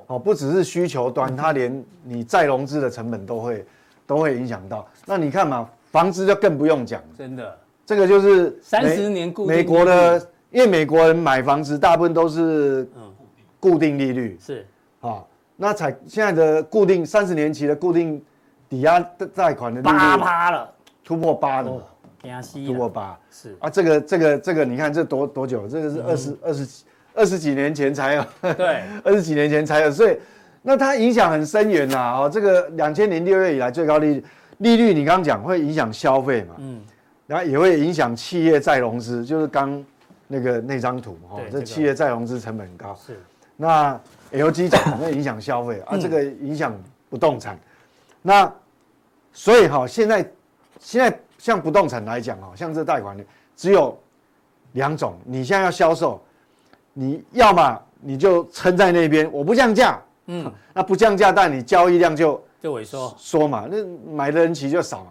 D: 哦，不只是需求
B: 嗯
D: 端，它连你再融资的成本都会都会影响到。那你看嘛，房资就更不用讲了，
B: 真的，
D: 这个就是美
B: 30年固定利率
D: 美国的，因为美国人买房子大部分都是固定利率，
B: 是
D: 啊，那才现在的固定三十年期的固定抵押贷款的利
B: 八
D: 率
B: 趴哦了，
D: 突破八的嘛，
B: 给他吸
D: 突
B: 引
D: 破八
B: 是，
D: 啊，这个这个这个，你看这多多久？这个是二
B: 嗯
D: 十二十几二十几年前才有，
B: 对，
D: (laughs) 二十几年前才有，所以那它影响很深远呐、哦，这个两千零六月以来最高利率利率，你刚刚讲会影响消费嘛，
B: 嗯，
D: 然后也会影响企业再融资，就是刚那个那张图哈、哦
B: 对，这
D: 这
B: 个
D: 企业再融资成本很高，
B: 是
D: 那 LG 讲会影响消费啊，这个影响不动产。那所以哈、现在现在像不动产来讲哈、像这贷款的只有两种，你现在要销售，你要么你就撑在那边，我不降价，嗯， (laughs) 那不降价，但你交易量就
B: 就萎缩，
D: 缩嘛，那买的人其实就少嘛。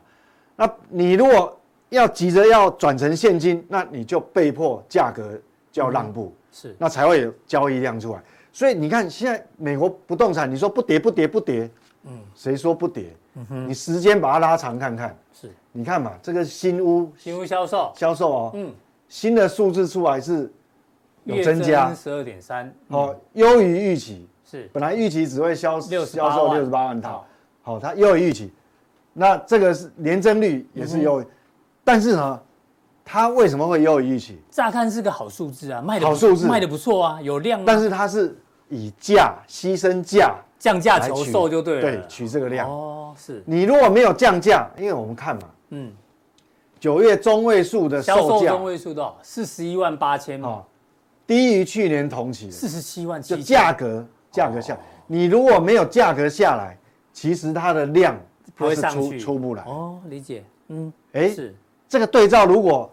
D: 那你如果要急着要转成现金，那你就被迫价格就要让步。
B: 是
D: 那才会有交易量出来。所以你看，现在美国不动产，你说不跌不跌不跌，嗯，谁说不跌？你时间把它拉长看看，
B: 是，
D: 你看嘛，这个新屋
B: 新屋销售
D: 销售哦，
B: 嗯
D: 新的数字出来是有增加
B: 十二点三，
D: 哦，优于预期。
B: 是
D: 本来预期只会销
B: 68
D: 销售
B: 万
D: 六十八万套
B: 好，
D: 好，它优于预期。那这个是年增率也是优于，但是呢，它为什么会优于预期？
B: 乍看是个好数字啊，卖的
D: 好数字
B: 卖的不错啊，有量啊，
D: 但是它是以价牺牲价
B: 降价
D: 来
B: 求
D: 取
B: 售就对了。
D: 对，取这个量。
B: 哦，是，
D: 你如果没有降价，因为我们看嘛，
B: 嗯，
D: 九月中位数的
B: 销
D: 售
B: 售
D: 价
B: 中位数多少？四十一万八千嘛，
D: 哦，低于去年同期，
B: 四十七万
D: 就
B: 七哦
D: 价格价格下，你如果没有价格下来，其实它的量
B: 不
D: 它
B: 会
D: 是
B: 上
D: 出
B: 去，
D: 出不来。
B: 哦，理解，嗯，
D: 哎，
B: 是，
D: 这个对照如果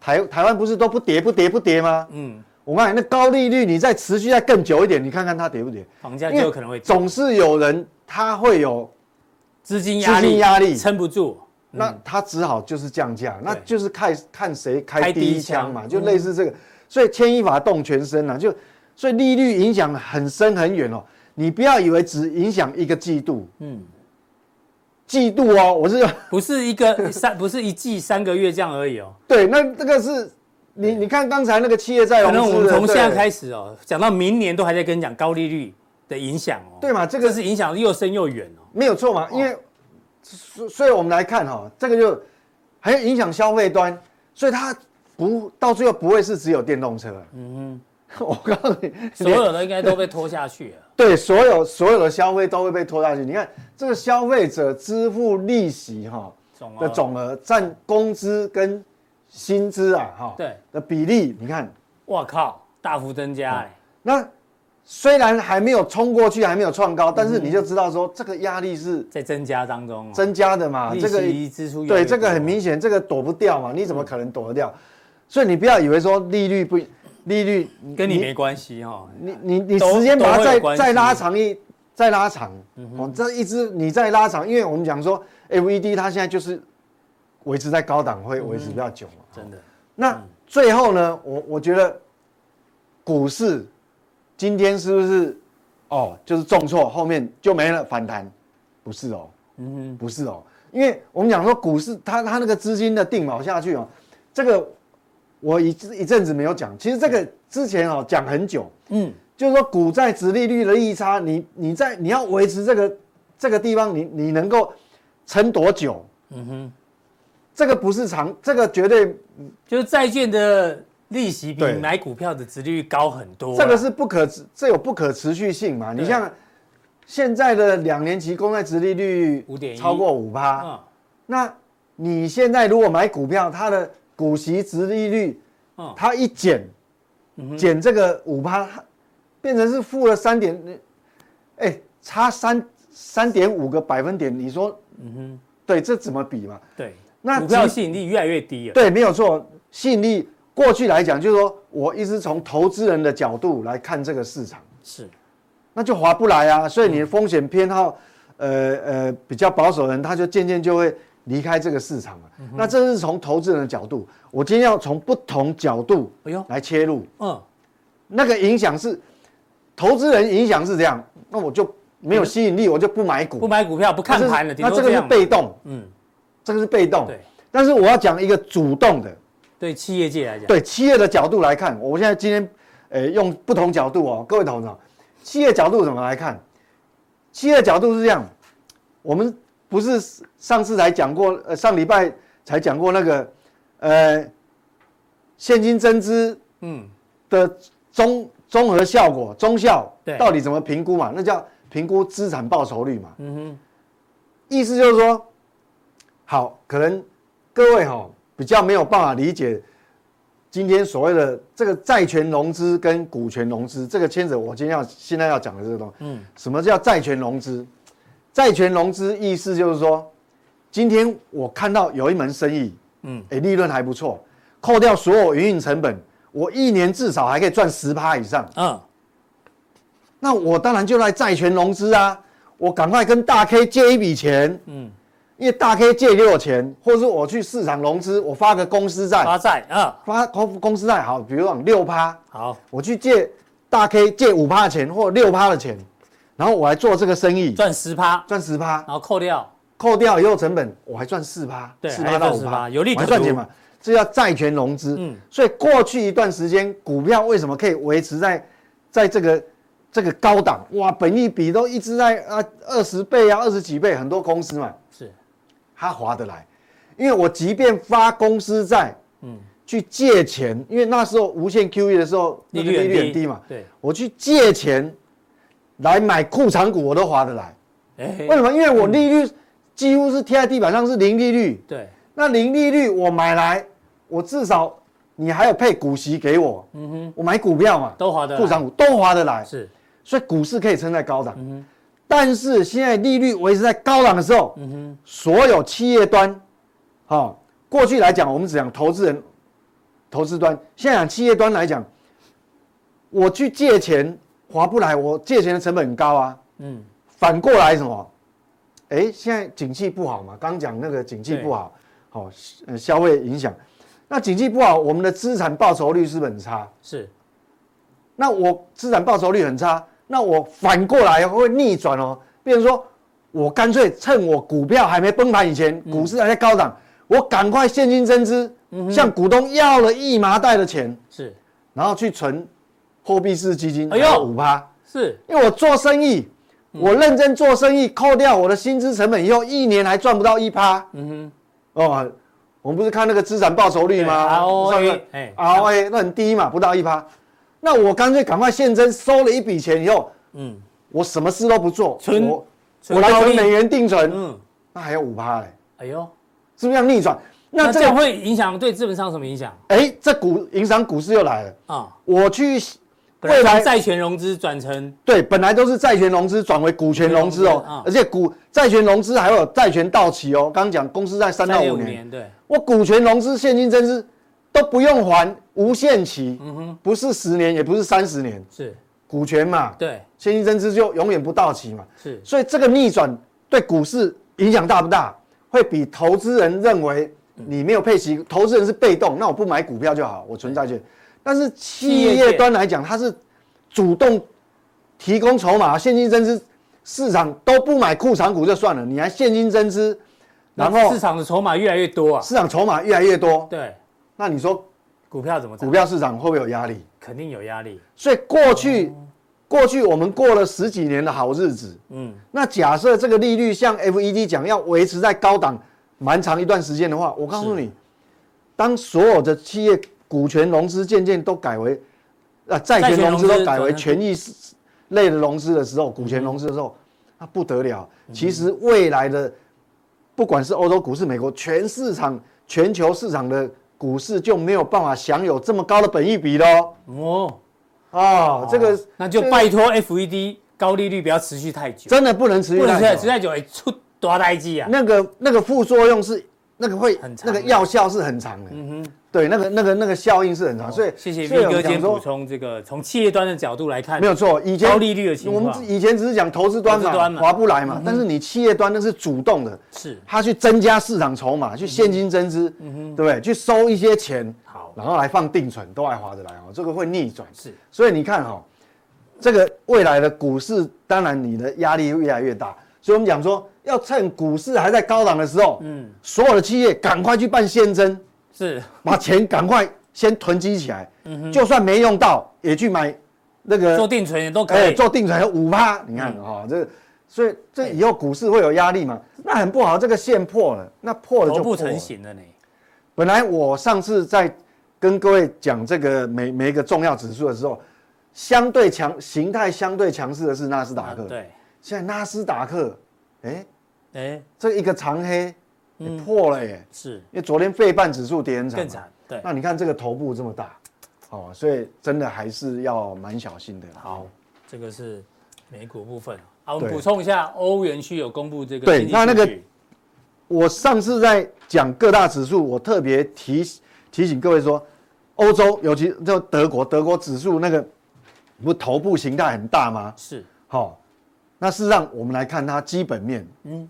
D: 台台湾不是都不跌不跌不跌吗？
B: 嗯，
D: 我告诉你，那高利率你再持续再更久一点，你看看它跌不跌？
B: 房价就
D: 因为
B: 有可能会跌
D: 总是有人他会有，
B: 资金压力，
D: 资金压力
B: 撑不住，
D: 那他只好就是降价，那就是看看谁
B: 开
D: 开
B: 第
D: 第
B: 一
D: 一枪嘛，
B: 枪
D: 就类似这个。所以牵一发动全身啊，就所以利率影响很深很远哦。你不要以为只影响一个季度，
B: 嗯，
D: 季度哦，我是
B: 不是一个 (laughs) 三，不是一季三个月这样而已哦，
D: (laughs) 对，那这个是你你看刚才那个企业债
B: 可
D: 融资
B: 能
D: 的，
B: 我们从现在
D: 对
B: 开始哦，讲到明年都还在跟你讲高利率的影响哦，
D: 对嘛这个
B: 是影响又深又远哦，
D: 没有错嘛，因为所所以我们来看哈、这个就还影响消费端，所以它不到最后不会是只有电动车。嗯哼， (laughs) 我告诉你，
B: 所有的应该都被拖下去了，
D: 对所有所有的消费都会被拖下去。你看这个消费者支付利息哈、
B: 总啊
D: 的
B: 额
D: 总额占工资跟薪资啊哈、
B: 对
D: 的比例，你看
B: 哇靠，大幅增
D: 哦
B: 加哎，
D: 那虽然还没有冲过去，还没有创高，但是你就知道说这个压力是
B: 在增加当中哦，
D: 增加的嘛，
B: 利
D: 这个
B: 息支出越来
D: 对，
B: 越
D: 这个
B: 多嗯
D: 很明显，这个躲不掉嘛，你怎么可能躲得掉？所以你不要以为说利率不利率
B: 跟你没关系哈，
D: 你你你
B: 都
D: 时间把
B: 都
D: 它
B: 会有
D: 再
B: 关系嗯
D: 再拉长一再拉长，哦，这一直你再拉长，因为我们讲说 FED 它现在就是维持在高档会维持比较久嘛。
B: 真的，
D: 那最后呢，我我觉得股市今天是不是哦，就是重挫，后面就没了反弹？不是哦，
B: 嗯
D: 不是哦，因为我们讲说股市它它那个资金的定锚下去哦，这个我一一阵子没有讲，其实这个之前哦讲很久，
B: 嗯，
D: 就是说股债值利率的利差，你你在你要维持这个这个地方，你你能够撑多久？嗯哼，这个不是长，这个绝对
B: 就是债券的利息比
D: 对
B: 买股票的殖利率高很多啦，啊
D: 这个是不可持，这有不可持续性嘛？你
B: 对
D: 像现在的两年期公债值利率
B: 5.1
D: 超过五趴，
B: 嗯
D: 那你现在如果买股票，它的股息值利率
B: 嗯，
D: 它一减，减这个五趴，它变成是负了三点，哎，差三三点五个百分点，你说，嗯哼，对，这怎么比嘛？
B: 对，
D: 那
B: 股票
D: 其
B: 吸引力越来越低了，
D: 对，没有错，吸引力过去来讲，就是说我一直从投资人的角度来看这个市场。
B: 是，
D: 那就划不来啊。所以你的风险偏好，
B: 嗯
D: 呃呃，比较保守的人，他就渐渐就会离开这个市场了。
B: 嗯
D: 那这是从投资人的角度，我今天要从不同角度
B: 哎呦，
D: 来切入，
B: 嗯，
D: 那个影响是投资人影响是这样，那我就没有吸引力，我就不买股，
B: 不买股票不看盘了，顶
D: 那
B: 多
D: 这个是
B: 样嘛
D: 被动，
B: 嗯，
D: 这个是被动
B: 对。
D: 但是我要讲一个主动的，
B: 对企业界来讲，
D: 对企业的角度来看，我现在今天，呃，用不同角度哦，各位投资者，企业角度怎么来看？企业角度是这样，我们不是上次才讲过，呃，上礼拜才讲过那个，呃，现金增资
B: 嗯，
D: 的综综合效果，综效
B: 对
D: 到底怎么评估嘛？那叫评估资产报酬率嘛。嗯哼，意思就是说，好，可能各位哈、比较没有办法理解今天所谓的这个债权融资跟股权融资这个牵扯，我今天要现在要讲的这个东西，嗯，什么叫债权融资？债权融资意思就是说，今天我看到有一门生意，嗯，哎，利润还不错，扣掉所有营运成本，我一年至少还可以赚十趴以上，
B: 嗯，
D: 那我当然就来债权融资啊，我赶快跟大 K 借一笔钱，嗯，因为大 K 借给我钱，或是我去市场融资，我发个公司债，
B: 发债啊，
D: 发公公司债好，比如讲六趴，
B: 好，
D: 我去借大 K 借五趴的钱或六趴的钱，然后我来做这个生意，
B: 赚十趴，
D: 赚十趴
B: 然，后扣掉，
D: 扣掉以后成本，我还赚四趴，
B: 对
D: 四
B: 还
D: 趴
B: 赚
D: 到五
B: 4%
D: 趴，
B: 有利可
D: 我还赚
B: 图
D: 钱嘛？这叫债权融资。
B: 嗯
D: 所以过去一段时间，股票为什么可以维持在在这个这个高档？哇，本益比都一直在啊二十倍啊二十几倍，很多公司嘛，
B: 是，
D: 它划得来，因为我即便发公司债，嗯，去借钱，因为那时候无限 QE 的时候，那个利率很低嘛，
B: 对，
D: 我去借钱来买库藏股，我都划得来。
B: 哎
D: 为，什么？因为我利率几乎是贴在地板上，是零利率。
B: 对，
D: 那零利率我买来，我至少你还有配股息给我，嗯哼，我买股票嘛，
B: 都划得来
D: 护长股都划得来，
B: 是
D: 所以股市可以撑在高档。但是现在利率维持在高档的时候，所有企业端，好、过去来讲我们只讲投资人、投资端，现在讲企业端来讲，我去借钱划不来，我借钱的成本很高啊。
B: 嗯，
D: 反过来什么？哎，现在景气不好嘛，刚讲那个景气不好，好、呃消费影响。那景气不好，我们的资产报酬率是不是很差？
B: 是
D: 那我资产报酬率很差，那我反过来会逆转哦，变成说我干脆趁我股票还没崩盘以前，
B: 嗯
D: 股市还在高档，我赶快现金增资，向股东要了一麻袋的钱，
B: 是
D: 然后去存货币式基金，
B: 哎
D: 哎
B: 呦
D: 呦五趴，
B: 是，
D: 因为我做生意，
B: 嗯
D: 我认真做生意，扣掉我的薪资成本以后，一年还赚不到一趴，
B: 嗯
D: 哦，我们不是看那个资产报酬率
B: 对
D: 吗
B: ，ROA
D: 上个
B: 哎
D: ROA 那很低嘛，不到一趴。那我干脆赶快现增，收了一笔钱以后，
B: 哼，嗯
D: 我什么事都不做，
B: 存
D: 我
B: 存
D: 我来
B: 高利
D: 存美元定存，
B: 嗯，
D: 那还有五趴嘞，
B: 哎呦，
D: 是不是要逆转？那
B: 那
D: 这
B: 这样
D: 个
B: 会影响对资本上什么影响
D: 哎，这股影响股市又来了。
B: 啊？
D: 我去
B: 未
D: 未
B: 来
D: 来
B: 从债权融资转成
D: 对，本来都是债权融资转为股权融资
B: 融
D: 哦
B: 资啊，
D: 而且股债权融资还有债权到期哦。刚刚讲公司在三到
B: 三点
D: 五
B: 五
D: 年，
B: 年，对，
D: 我股权融资现金增资都不用还，无限期，
B: 嗯
D: 不是十年，也不是三十年，
B: 是，
D: 股权嘛，
B: 对，
D: 现金增资就永远不到期嘛，
B: 是，
D: 所以这个逆转对股市影响大不大？会比投资人认为你没有配息，投资人是被动，那我不买股票就好，我存债券。但是企
B: 企业
D: 业
B: 界
D: 端来讲，它是主动提供筹码，现金增资，市场都不买库藏股就算了，你还现金增资，然
B: 那
D: 后
B: 市场的筹码越来越多啊，
D: 市场筹码越来越多，
B: 对，
D: 那你说
B: 股票怎么涨
D: 股票市场会不会有压力？
B: 肯定有压力，
D: 所以过去过去我们过了十几年的好日子，
B: 嗯，
D: 那假设这个利率像 FED 讲要维持在高档蛮长一段时间的话，我告诉你，当所有的企业股权融资渐渐都改为啊债
B: 权
D: 权融资都
B: 融资
D: 改
B: 转
D: 为
B: 成
D: 权益类的融资的时候，股权融资的时候，那不得了。其实未来的不管是欧洲股市、美国全市场、全球市场的股市就没有办法享有这么高的本益比喽。
B: 哦，
D: 哦，这个
B: 那就
D: 这个
B: 拜托 FED 高利率不要持续太久，
D: 真的不能持续
B: 不能持
D: 太
B: 续
D: 久
B: 持续太久会出大呆机啊，
D: 那个那个副作用是那个会
B: 很长
D: 那
B: 的
D: 个药效是很长的，嗯哼，对，那个那个那个效应是很长，所以
B: 哦谢谢
D: 所以
B: V
D: 我
B: 哥
D: 们
B: 今天
D: 讲
B: 补
D: 说
B: 充这个从企业端的角度来看，
D: 没有错，以前
B: 高利率的情
D: 我
B: 况
D: 们以前只是讲投资端
B: 投
D: 嘛
B: 资端，嘛嗯
D: 划不来嘛，但是你企业端那是主动的，
B: 是
D: 他去增加市场筹码，去现金增资，
B: 嗯
D: 对不对？去收一些钱，
B: 好
D: 然后来放定存，都还划得来哦，这个会逆转。
B: 是，
D: 所以你看哈、哦，这个未来的股市，当然你的压力会越来越大。所以我们讲说，要趁股市还在高档的时候，嗯，所有的企业赶快去办现增，
B: 是
D: 把钱赶快先囤积起来，就算没用到，也去买那
B: 嗯
D: 个
B: 做嗯定存也都可
D: 哎，
B: 以，
D: 做定存有五趴，你看哈、这所以
B: 哎
D: 这以后股市会有压力嘛？那很不好，这个线破了，那破了
B: 头
D: 就
B: 部
D: 破了
B: 成型了呢，
D: 本来我上次在跟各位讲这个每每一个重要指数的时候，相对强形态相对强势的是纳斯达
B: 啊
D: 克，，
B: 对，
D: 现在纳斯达克，哎，
B: 哎，
D: 这一个长黑、也破了耶，
B: 是
D: 因为昨天费半指数跌很惨嘛，
B: 嗯更惨，对，
D: 那你看这个头部这么大，哦，所以真的还是要蛮小心的。
B: 好，这个是美股部分啊，我们
D: 对
B: 补充一下，欧元区有公布这个
D: 对
B: 经济
D: 那那个
B: 数据
D: 我上次在讲各大指数，我特别提提醒各位说，欧洲尤其就德国，德国指数那个不头部形态很大吗？
B: 是
D: 好、那事实上我们来看它基本面，嗯，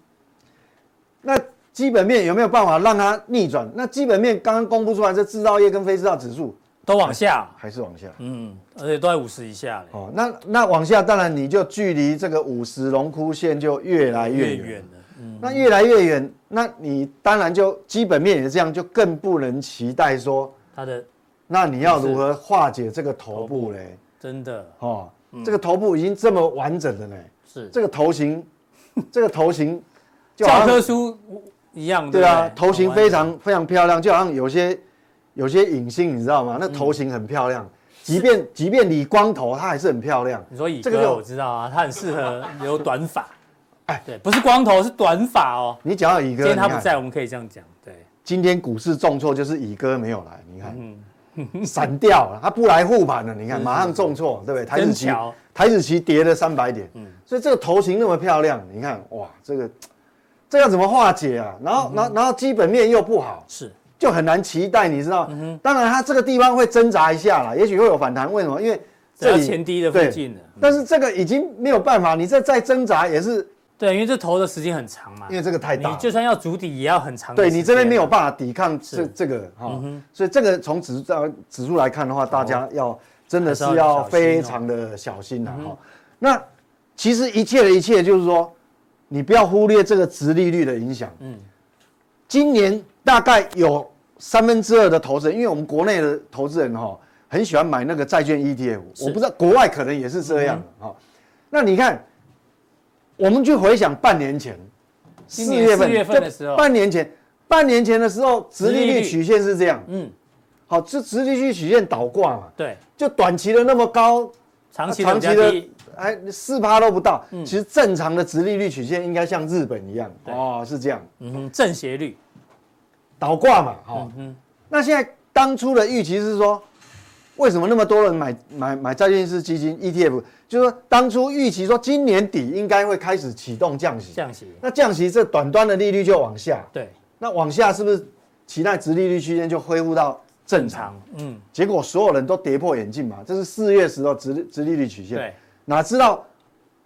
D: 那基本面有没有办法让它逆转？那基本面刚刚公布出来，这制造业跟非制造指数
B: 都往下，
D: 还是往下，
B: 嗯，而且都在五十以下嘞，
D: 哦，那那往下当然你就距离这个五十龙枯线就越来越远。
B: 了，
D: 那越来越远，那你当然就基本面也这样，就更不能期待说，
B: 它的
D: 那你要如何化解这个头部嘞？
B: 真的
D: 哦，这个头部已经这么完整了嘞，
B: 是
D: 这个头型，这个头型，就好
B: 教科
D: 像
B: 书一样，
D: 对啊，
B: 不
D: 头型非常非常漂亮，就好像有些有些影星你知
B: 嗯
D: 道吗？那头型很漂亮，即便即便理光头，她还是很漂亮。
B: 你说乙
D: 这个
B: 哥，
D: 就
B: 我知道啊，他很适合留短
D: (laughs)
B: 发。哎，对，不是光头，是短发哦。
D: 你讲到乙
B: 今
D: 哥，
B: 天他
D: 你
B: 不
D: 看
B: 在，我们可以这样讲。对，
D: 今天股市重挫就是乙哥没有来，你看。
B: 嗯 (laughs)
D: 散掉了，他不来护盘了，你看马上重挫，对不对？台子期
B: 真巧嗯
D: 台子期跌了三百点，所以这个头型那么漂亮，你看哇，这个这要怎么化解啊？然
B: 嗯
D: 后，然后，然后基本面又不好，
B: 是
D: 就很难期待，你知道？当然，它这个地方会挣扎一下啦，也许会有反弹。为什么？因为
B: 在
D: 这里
B: 前低的附
D: 对
B: 近了。
D: 但是这个已经没有办法，你这再挣扎也是
B: 对，因为这投的时间很长嘛，
D: 因为这个太大
B: 你
D: 了
B: 就算要筑底，也要很长的时
D: 对
B: 间。嗯
D: 你这边没有办法抵抗这这个哈，所以这个从指数上指数来看的话，大家要真的是
B: 还是要小心哦嗯
D: 要非常的小心了哈。那其实一切的一切就是说，你不要忽略这个殖利率的影响。嗯，今年大概有三分之二的投资人，因为我们国内的投资人哈很喜欢买那个债券 ETF，我不知道国外可能也是这样
B: 嗯
D: 哈。那你看，我们去回想半年前。
B: 今年嗯
D: 4
B: 4月份
D: 就
B: 的时候
D: 半年前，半年前的时候，殖利
B: 殖利
D: 率
B: 率
D: 曲线是这样，
B: 嗯，
D: 好，这殖利率曲线倒挂嘛，
B: 啊对，
D: 就短期的那么高，
B: 长期
D: 啊
B: 的
D: 长
B: 比较
D: 期的
B: 低，嗯
D: 哎四趴都不到。其实正常的殖利率曲线应该像日本一样，
B: 对
D: 哦，是这样
B: 嗯哼，正斜率
D: 倒挂嘛，好。
B: 嗯
D: 那现在当初的预期是说，为什么那么多人买买买债券式基金 ETF？就是说当初预期说今年底应该会开始启动降息，
B: 降息，
D: 那降息这短端的利率就往下，
B: 对，
D: 那往下是不是期待殖利率区间就恢复到正常？
B: 嗯，
D: 结果所有人都跌破眼镜嘛，这是四月时候殖利殖利率曲线，
B: 对，
D: 哪知道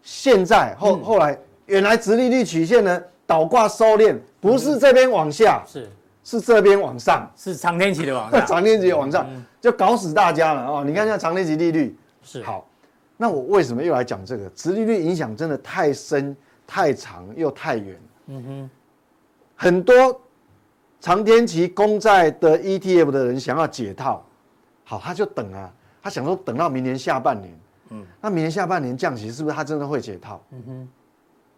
D: 现在后、后来原来殖利率曲线呢倒挂收敛，不是这边往下，
B: 是
D: 是这边往上，
B: 是长天期的往上，
D: (laughs) 长天期往上、就搞死大家了哦！你看现在长天期利率
B: 是
D: 好，那我为什么又来讲这个？殖利率影响真的太深、太长又太远。嗯哼，很多长天期公债的 ETF 的人想要解套，好，他就等啊，他想说等到明年下半年。嗯，那明年下半年降息是不是他真的会解套？嗯哼，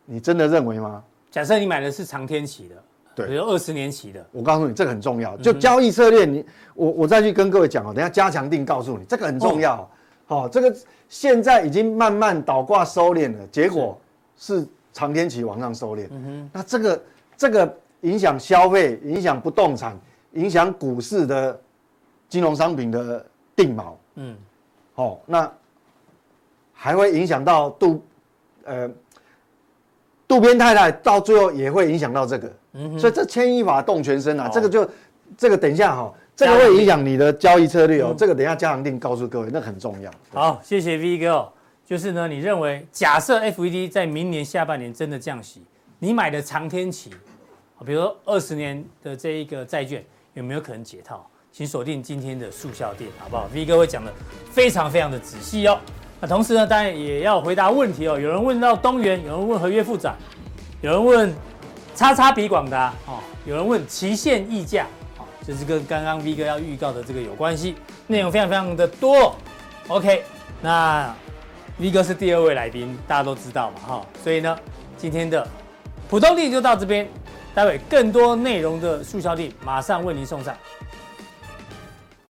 D: 你真的认为吗？
B: 假设你买的是长天期的，
D: 对
B: 比如二十年期的，
D: 我告诉你，这个很重要。就交易策略你，我我再去跟各位讲哦。等一下加强定告诉你，这个很重要。好、这个现在已经慢慢倒挂收敛了，结果是长天期往上收敛。那这个这个影响消费，影响不动产，影响股市的金融商品的定锚。
B: 嗯，
D: 哦，那还会影响到渡，呃，渡边太太到最后也会影响到这个，所以这牵一发动全身啊，这个就这个等一下哈、这个会影响你的交易策略哦，这个等一下嘉良定告诉各位，那很重要。
B: 好，谢谢 V 哥、哦。就是呢，你认为假设 FED 在明年下半年真的降息，你买的长天期，啊比如说二十年的这一个债券，有没有可能解套？请锁定今天的速效店，好不好？V 哥会讲的非常非常的仔细哦。那同时呢，当然也要回答问题哦。有人问到东元，有人问合约负载，有人问叉叉比广达哦，有人问期限溢价哦，这是跟刚刚 V 哥要预告的这个有关系，内容非常非常的多哦。OK，那 V 哥是第二位来宾，大家都知道嘛哈、所以呢，今天的普通力就到这边，待会更多内容的速效力马上为您送上。